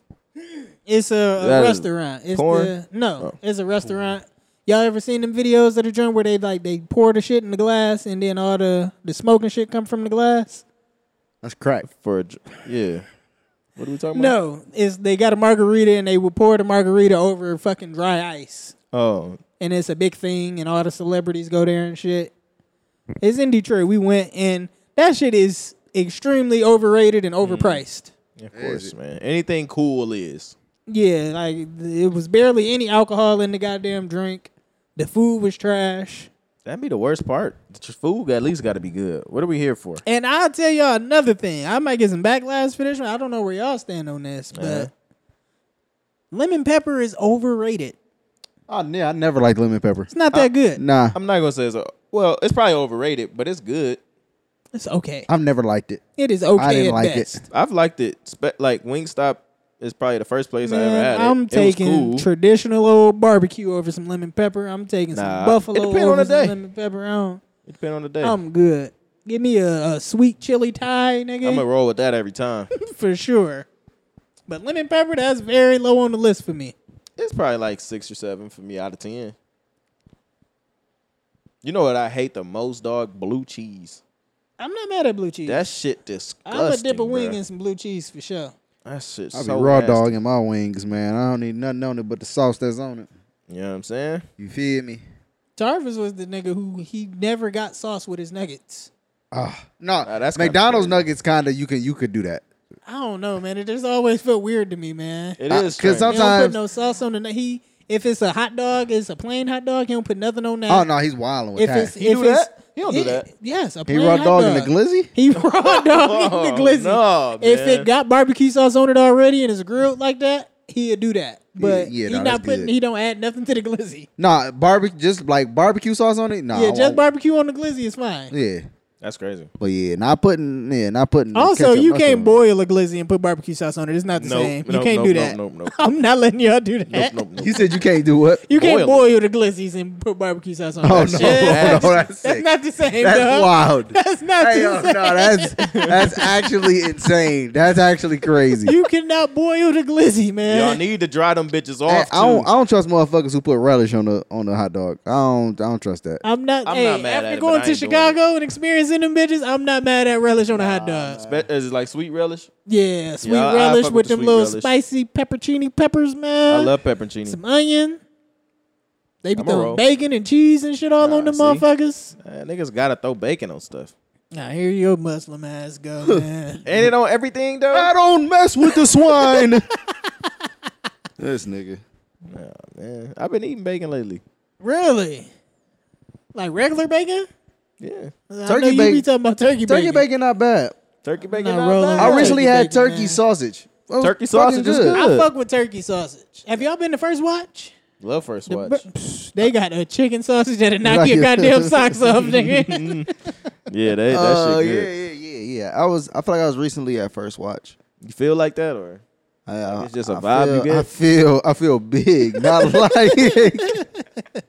It's a, a That is restaurant. It's porn? the no. Oh. It's a restaurant. Y'all ever seen them videos of the joint where they like they pour the shit in the glass and then all the the smoke and shit come from the glass? That's crack. For a dr- yeah. What are we talking about? No, it's they got a margarita and they will pour the margarita over fucking dry ice, Oh. and it's a big thing, and all the celebrities go there and shit. It's in Detroit. We went and that shit is extremely overrated Mm. and overpriced. Of course, man. Anything cool is. Yeah, like th- it was barely any alcohol in the goddamn drink. The food was trash. That'd be the worst part. The food at least got to be good. What are we here for? And I'll tell y'all another thing. I might get some backlash for this one. I don't know where y'all stand on this, but Uh-huh. lemon pepper is overrated. Oh yeah. I never liked lemon pepper. It's not that good. Nah. I'm not gonna say it's a, well. It's probably overrated, but it's good. It's okay. I've never liked it. It is okay I didn't at like best. it. I've liked it. Spe- like Wingstop is probably the first place I ever Man, had it. I'm It was taking cool. traditional old barbecue over some lemon pepper. I'm taking some Nah, buffalo it depend over on the some day. lemon pepper. I don't, it depends on the day. I'm good. Give me a, a sweet chili Thai, nigga. I'm gonna roll with that every time. for sure. But lemon pepper, that's very low on the list for me. it's probably like six or seven for me out of ten. You know what I hate the most, dog? Blue cheese. I'm not mad at blue cheese. That shit disgusting. I'm a dip a wing bruh. in some blue cheese for sure. That shit I be so raw nasty. dog in my wings, man. I don't need nothing on it but the sauce that's on it. You know what I'm saying? You feel me? Tarvis was the nigga who he never got sauce with his nuggets. Ah, no. Nah, that's kinda McDonald's crazy. nuggets kind of you can you could do that. I don't know, man. It just always felt weird to me, man. It Uh, 'cause is strange. He don't put Sometimes- no sauce on the nu- he. If it's a hot dog, it's a plain hot dog. He don't put nothing on that. Oh no, he's wilding with If that. it's He if do it's that? He don't do Yeah, that. Yes, a He plain raw hot dog in the dog. glizzy. He raw dog in Oh, the glizzy. no, if man. it got barbecue sauce on it already and it's grilled like that, he'd do that. But yeah, he nah, not that's putting. good. He don't add nothing to the glizzy. Nah, barbecue just like barbecue sauce on it. Nah, I yeah, just won't- barbecue on the glizzy is fine. Yeah, That's crazy. but yeah, not putting. Yeah, not putting. the Also, ketchup you mustard can't on it. boil a glizzy and put barbecue sauce on it. It's not the Nope, same. You nope, can't nope, do nope, that. nope, nope. I'm not letting y'all do that. Nope, nope, nope. You said you can't do what? You can't Boil boil the glizzies and put barbecue sauce on Oh it. no, Yeah. no, that's That's sick. not the same. That's dog. wild. That's not Hey, the yo, no, same. that's that's actually insane. That's actually crazy. you cannot boil the glizzy, man. Y'all need to dry them bitches Hey, off. I don't. too. I don't trust motherfuckers who put relish on the on the hot dog. I don't. I don't trust that. I'm not. I'm hey, not mad after at it, but going I to ain't doing it. Chicago and experiencing them bitches, I'm not mad at relish on a hot dog. Spe- is it like sweet relish? yeah, sweet I- I relish with, fuck with the them sweet little relish. spicy peppercini peppers, I man. love pepperoncini. some onion. They be I'ma throwing roll. bacon and cheese and shit all Nah, on them see? motherfuckers. Man, niggas gotta throw bacon on stuff. Nah, here your Muslim ass go, man. Ain't it on everything though? I don't mess with the swine. this nigga. Man, I've been eating bacon lately. really? Like regular bacon? Yeah, I know Turkey you be bacon- talking about turkey, Turkey bacon. bacon not bad. turkey not bacon. Not rolling bad. I Yeah, recently turkey had bacon, turkey man. sausage. That was Turkey fucking sausage is good. I Yeah. fuck with turkey sausage. Have y'all been to First Watch? Love first The watch. br- psh, they got a chicken sausage that'll knock Knock your your- goddamn socks off, nigga. yeah, that, that Uh, shit yeah, good. yeah, yeah, yeah. I was. I feel like I was recently at first watch. You feel like that or? I, uh, it's just a I vibe you feel, get? I feel. I feel big. Not like.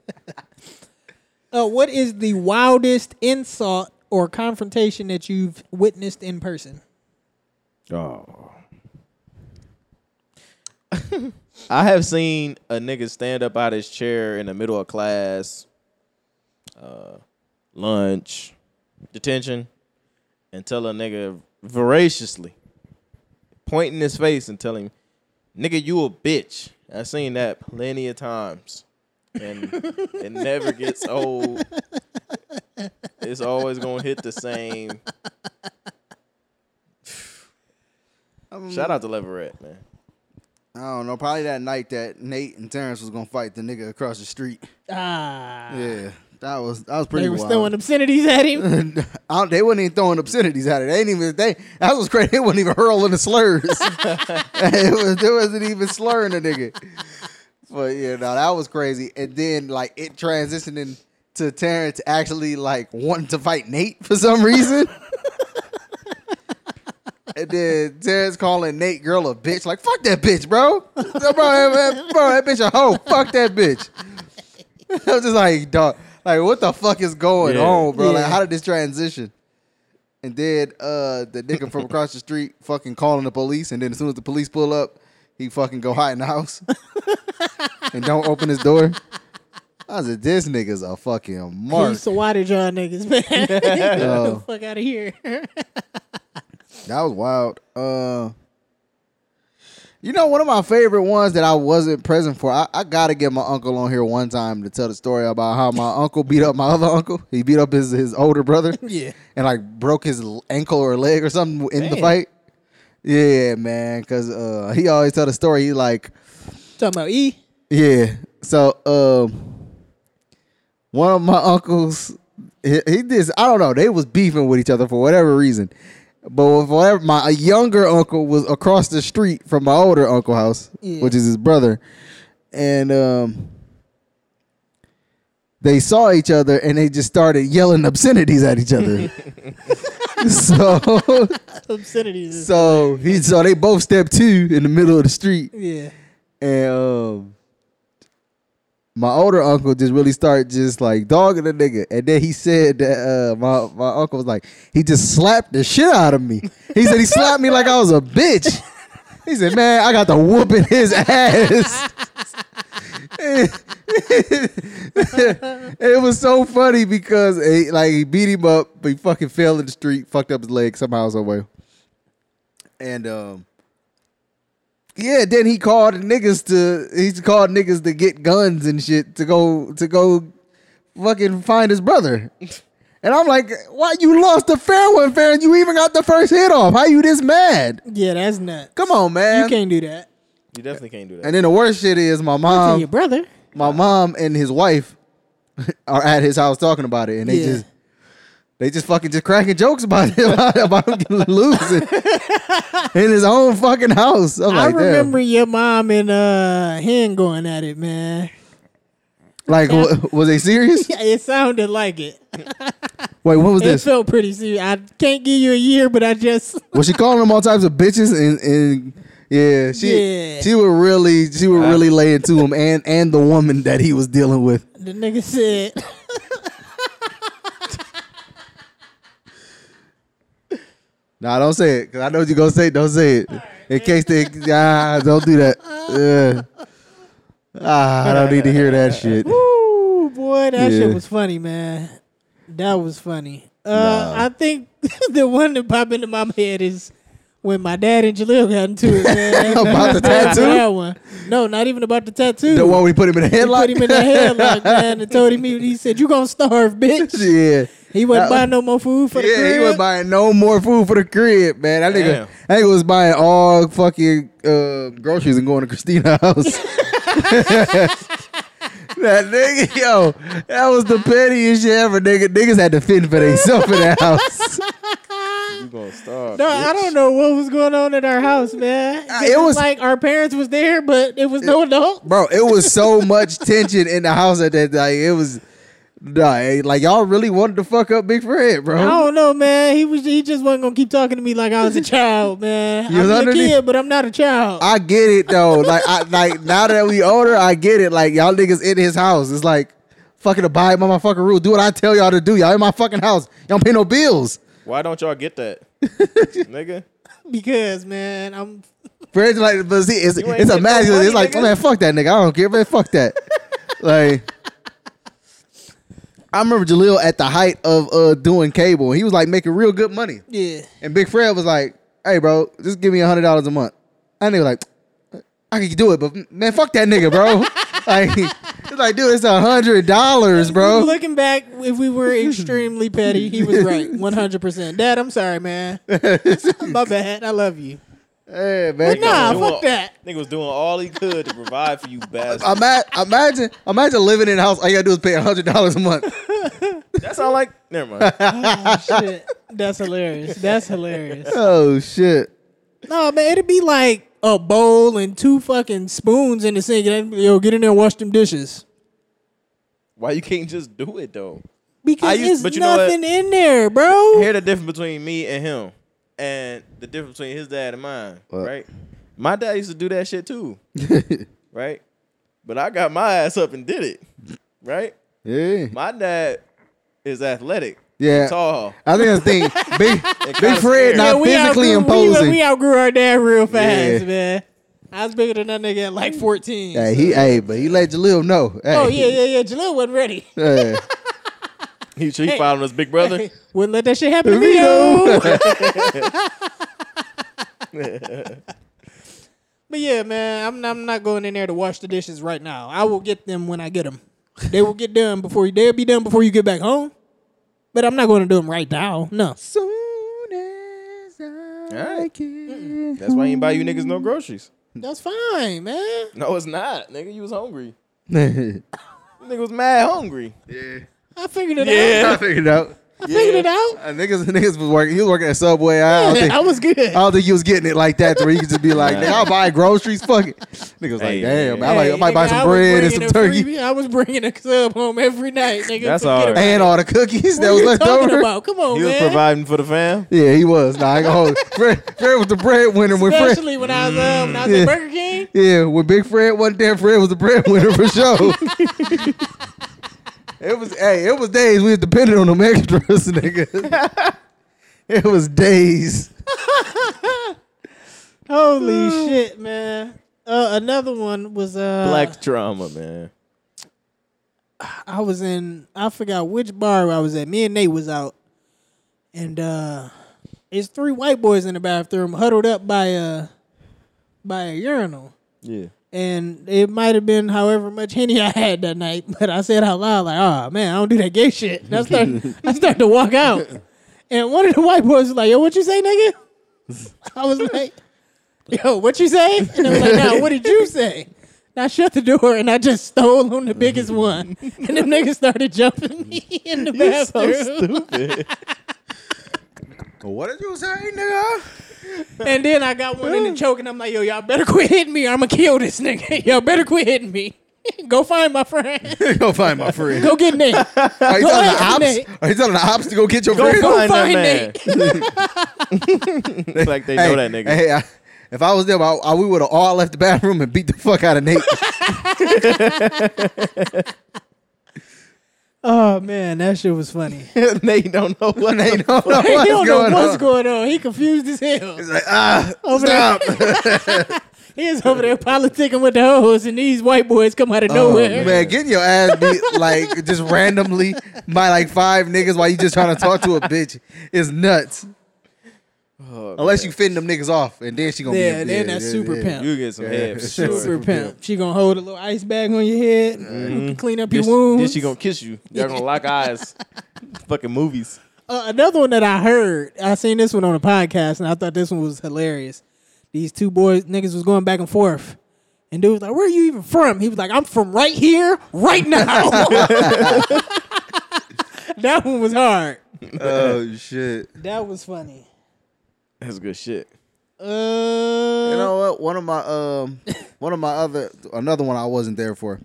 uh, what is the wildest insult or confrontation that you've witnessed in person? Oh. I have seen a nigga stand up out his chair in the middle of class, uh, lunch, detention, and tell a nigga voraciously, point in his face and tell him, nigga, you a bitch. I've seen that plenty of times. And it never gets old. It's always gonna hit the same. Shout out to Leverett, man. I don't know. Probably that night that Nate and Terrence was gonna fight the nigga across the street. Ah, Yeah, that was that was pretty. they were wild. throwing obscenities at him. I, they wasn't even throwing obscenities at it. They ain't even they. That was crazy. They wasn't even hurling the slurs. it was, there wasn't even slurring the nigga. But yeah, no, that was crazy. And then like it transitioning to Terrence actually like wanting to fight Nate for some reason. and then Terrence calling Nate girl a bitch. Like fuck that bitch, bro. bro, that, bro, that bitch a hoe. Fuck that bitch. I was just like, dog, like what the fuck is going Yeah. on, bro? Like Yeah. how did this transition? And then uh the nigga from across the street fucking calling the police, and then as soon as the police pull up, he fucking go hide in the house and don't open his door. I said, this nigga's a fucking He mark. swatted y'all niggas, man. Get the Oh. fuck out of here. That was wild. Uh you know, one of my favorite ones that I wasn't present for, I, I gotta get my uncle on here one time to tell the story about how my uncle beat up my other uncle. He beat up his, his older brother. Yeah. And like broke his l- ankle or leg or something in the Damn. fight. Yeah, man. Cause uh he always tell the story, he like Talking about E. Yeah. So um one of my uncles he, he did I don't know, they was beefing with each other for whatever reason. But for whatever my a younger uncle was across the street from my older uncle house, Yeah. which is his brother. And um they saw each other and they just started yelling obscenities at each other. so Obscenities. is- so he so they both stepped two in the middle of the street yeah. and um, my older uncle just really started just like dogging the nigga, and then he said that uh, my my uncle was like he just slapped the shit out of me. He said he slapped me like I was a bitch. He said, "Man, I got to whooping his ass." it was so funny because eh, like he beat him up, but he fucking fell in the street, fucked up his leg somehow, some way, and um. Yeah, then he called niggas to he called niggas to get guns and shit to go to go fucking find his brother. And I'm like, why you lost the fair one, fair? and You even got the first hit off. How you this mad? Yeah, that's nuts. Come on, man. You can't do that. You definitely can't do that. And then the worst shit is my to your mom, brother. my mom and his wife are at his house talking about it, and they Yeah. just They just fucking just cracking jokes about him about him losing in his own fucking house. I'm I like, damn. remember your mom and uh him going at it, man. Like, wa- was they serious? Yeah, it sounded like it. Wait, when was It this? felt pretty serious. I can't give you a year, but I just Was she calling them all types of bitches and and yeah, she Yeah. she would really she would really lay into him and and the woman that he was dealing with. the nigga said Nah, don't say it because I know what you gonna say. Don't say it in case they ah don't do that. Ugh. Ah, I don't need to hear that shit. Woo, boy, that Yeah. shit was funny, man. That was funny. Uh, I think the one that popped into my head is when my dad and Jaleel got into it, man. About the tattoo? That one. No, not even about the tattoo. The one we put him in the He headlock. put him in the headlock, man, and told him he, he said, You gonna starve, bitch. yeah. He wasn't That- buying no more food for the Yeah, he crib. wasn't buying no more food for the crib, man. That nigga, Damn. that nigga was buying all fucking uh, groceries and going to Christina's house. that nigga, yo, that was the pettiest shit ever, nigga. Niggas had to fend for themselves in that house. You gonna starve? no, I don't know what was going on at our house, man. Uh, It it was was- like our parents was there, but it was no adult. Bro, it was so much tension in the house at that like it was nah, like y'all really wanted to fuck up Big Fred, bro. I don't know, man. He was he just wasn't gonna keep talking to me like I was a child, man. You I'm was a underneath- kid, but I'm not a child. I get it though. Like I like now that we older, I get it. Like y'all niggas in his house. It's like fucking abide by my fucking rule. Do what I tell y'all to do. Y'all in my fucking house. Y'all don't pay no bills. Why don't y'all get that, nigga? because man, I'm Fred's like, but see, it's, ain't it's get no imagine. money, it's like, nigga. man, fuck that nigga. I don't care, man. Fuck that. like, I remember Jaleel at the height of uh doing cable. He was like making real good money, yeah. and Big Fred was like, "Hey, bro, just give me a hundred dollars a month." And they were like, "I could do it, but man, fuck that nigga, bro." like, it's like, dude, it's a hundred dollars, bro. Looking back, if we were extremely petty, he was right, one hundred percent. Dad, I'm sorry, man. My bad. I love you. Hey, man. But nah, Nigga was fuck doing- that. Nigga was doing all he could to provide for you, bastard. Ima- imagine, imagine living in a house. All you gotta do is pay a hundred dollars a month. That's all like. Never mind. Shit. That's hilarious. That's hilarious. Oh shit. No, man, it'd be like a bowl and two fucking spoons in the sink. And I'd be, Yo, get in there and wash them dishes. Why you can't just do it though? I Because used- there's but you know what? nothing in there, bro. Hear the difference between me and him, and the difference between his dad and mine. What? Right? My dad used to do that shit too. right? But I got my ass up and did it. Right? Yeah. My dad is athletic. Yeah. Tall. I think that's the thing. Big, Big Fred scary. not Yeah, we physically outgrew- imposing. We, we outgrew our dad real fast, Yeah. man. I was bigger than that nigga at like 14. hey, he, hey, but he let Jaleel know. Hey. oh, yeah, yeah, yeah. Jaleel wasn't ready. Hey. He, he following his big brother. Wouldn't let that shit happen to me, though. but yeah, man, I'm, I'm not going in there to wash the dishes right now. I will get them when I get them. They will get done before you, they'll be done before you get back home. But I'm not going to do them right now. No. Soon as I Alright. can. That's why he ain't buy you niggas no groceries. That's fine, man. No, it's not, nigga. You was hungry. yeah. Nigga was mad hungry. I figured it out. I figured it out. I figured it out. Uh, niggas, niggas was working. He was working at Subway. I don't think. I was good. I don't think he was getting it like that, to where you could just be like, Nah. "Nigga, "I'll buy groceries." Fuck it. Niggas was like, Hey, "Damn, man. man, I, like, I might Hey, buy nigga, some I was bread and some bringing a turkey freebie- I was bringing a sub home every night, nigga. That's Forget all right. about and it. all the cookies that was What are you left talking over." about? Come on, He was man. providing for the fam. Yeah, he was. Nah, I go, Fred, Fred was the breadwinner when Fred. Especially when I was uh, when I was Yeah. at Burger King. Yeah, when Big Fred wasn't there, Fred was the breadwinner for sure. it was hey, it was days we was dependent on them extras, nigga. it was days. Holy shit, man. Uh, another one was uh, Black trauma, man. I was in I forgot which bar I was at. Me and Nate was out, and uh, it's three white boys in the bathroom huddled up by a by a urinal. Yeah. and it might have been however much henny I had that night, but I said out loud like, "Oh man, I don't do that gay shit." And I start, I start to walk out, and one of the white boys was like, "Yo, what you say, nigga?" I was like, "Yo, what you say?" And I was like, "Now, what did you say?" And I shut the door and I just stole on the biggest one. And them niggas started jumping me in the bathroom. stupid. What did you say, nigga? and then I got one in the choke and I'm like, yo, y'all better quit hitting me or I'm going to kill this nigga. Y'all better quit hitting me. Go find my friend. go find my friend. Go get Nick. Are you Oh, go telling the after ops? Nate. Are you telling the ops to go get your Go friend? find Go that find man. Nick. like they know that nigga. Hey, I, if I was them, I, I, we would have all left the bathroom and beat the fuck out of Nate. Oh man, that shit was funny. Nate don't know what they don't know what's he don't know going what's on. going on. He confused as hell. It's like, ah, Over stop. He is over there politicking with the hoes, and these white boys come out of Oh, nowhere. man, getting your ass beat like just randomly by like five niggas while you just trying to talk to a bitch is nuts. Oh, Unless you fitting them niggas off, and then she gonna Yeah, be. then that's super pimp. You get some head for sure. Super pimp. She gonna hold a little ice bag on your head, clean up your wounds. Then she gonna kiss you. Y'all gonna lock eyes. Fucking movies. Uh, another one that I heard, I seen this one on a podcast, and I thought this one was hilarious. These two boys, niggas, was going back and forth, and dude was like, "Where are you even from?" He was like, "I'm from right here, right now." that one was hard. Oh shit! That was funny. That's good shit. You Uh, know what? One of my um, one of my other another one I wasn't there for.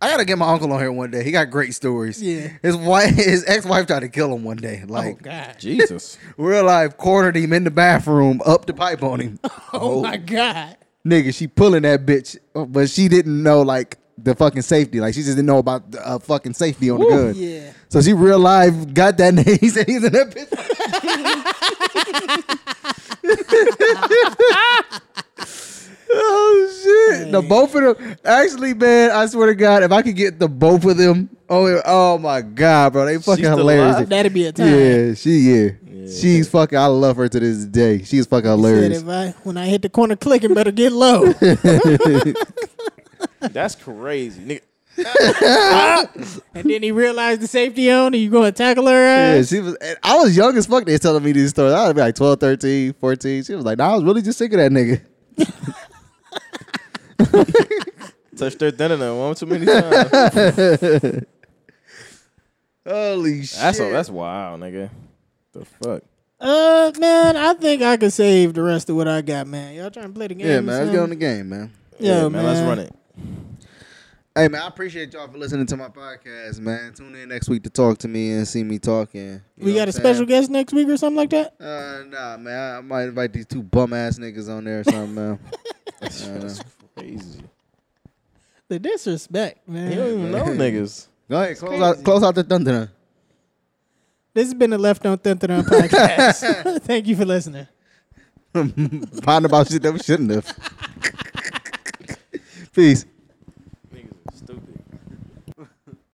I gotta get my uncle on here one day. He got great stories. Yeah. his wife, his ex wife tried to kill him one day. oh Like god. Jesus. real life, cornered him in the bathroom, up the pipe on him. Oh my god. nigga, she pulling that bitch, but she didn't know like the fucking safety. Like she just didn't know about the uh, fucking safety on the gun. Yeah. So she real live got that name. He said he's in that bitch. oh shit! The both of them. Actually, man, I swear to God, if I could get the both of them, oh, oh my God, bro, they fucking still hilarious. alive? That'd be a time. Yeah, she yeah. She's fucking. I love her to this day. She's fucking Said hilarious. if I, when I hit the corner clicking, better get low. That's crazy. Nigga. and then he realized the safety on, and you gonna tackle her Yeah, ass. she was. and I was young as fuck. They was telling me these stories. I was like 12, 13, 14. She was like, "Nah, I was really just sick of that nigga." Touched their dinner one too many times. Holy shit! That's a, that's wild, nigga. The fuck? Uh, man, I think I could save the rest of what I got, man. Y'all trying to play the game? yeah, or man. Let's get on the something? game, man. Yo, man, let's run it. Hey, man. I appreciate y'all for listening to my podcast, man. Tune in next week to talk to me and see me talking. You We know got what a I'm special saying? guest next week or something like that. Uh, nah, man. I might invite these two bum ass niggas on there or something, man. That's crazy. The disrespect, man. You don't even know niggas. Go ahead, close out, close out the thunder. This has been the Left on Thun Thun Thun podcast. Thank you for listening. Find about shit that we shouldn't have. Peace.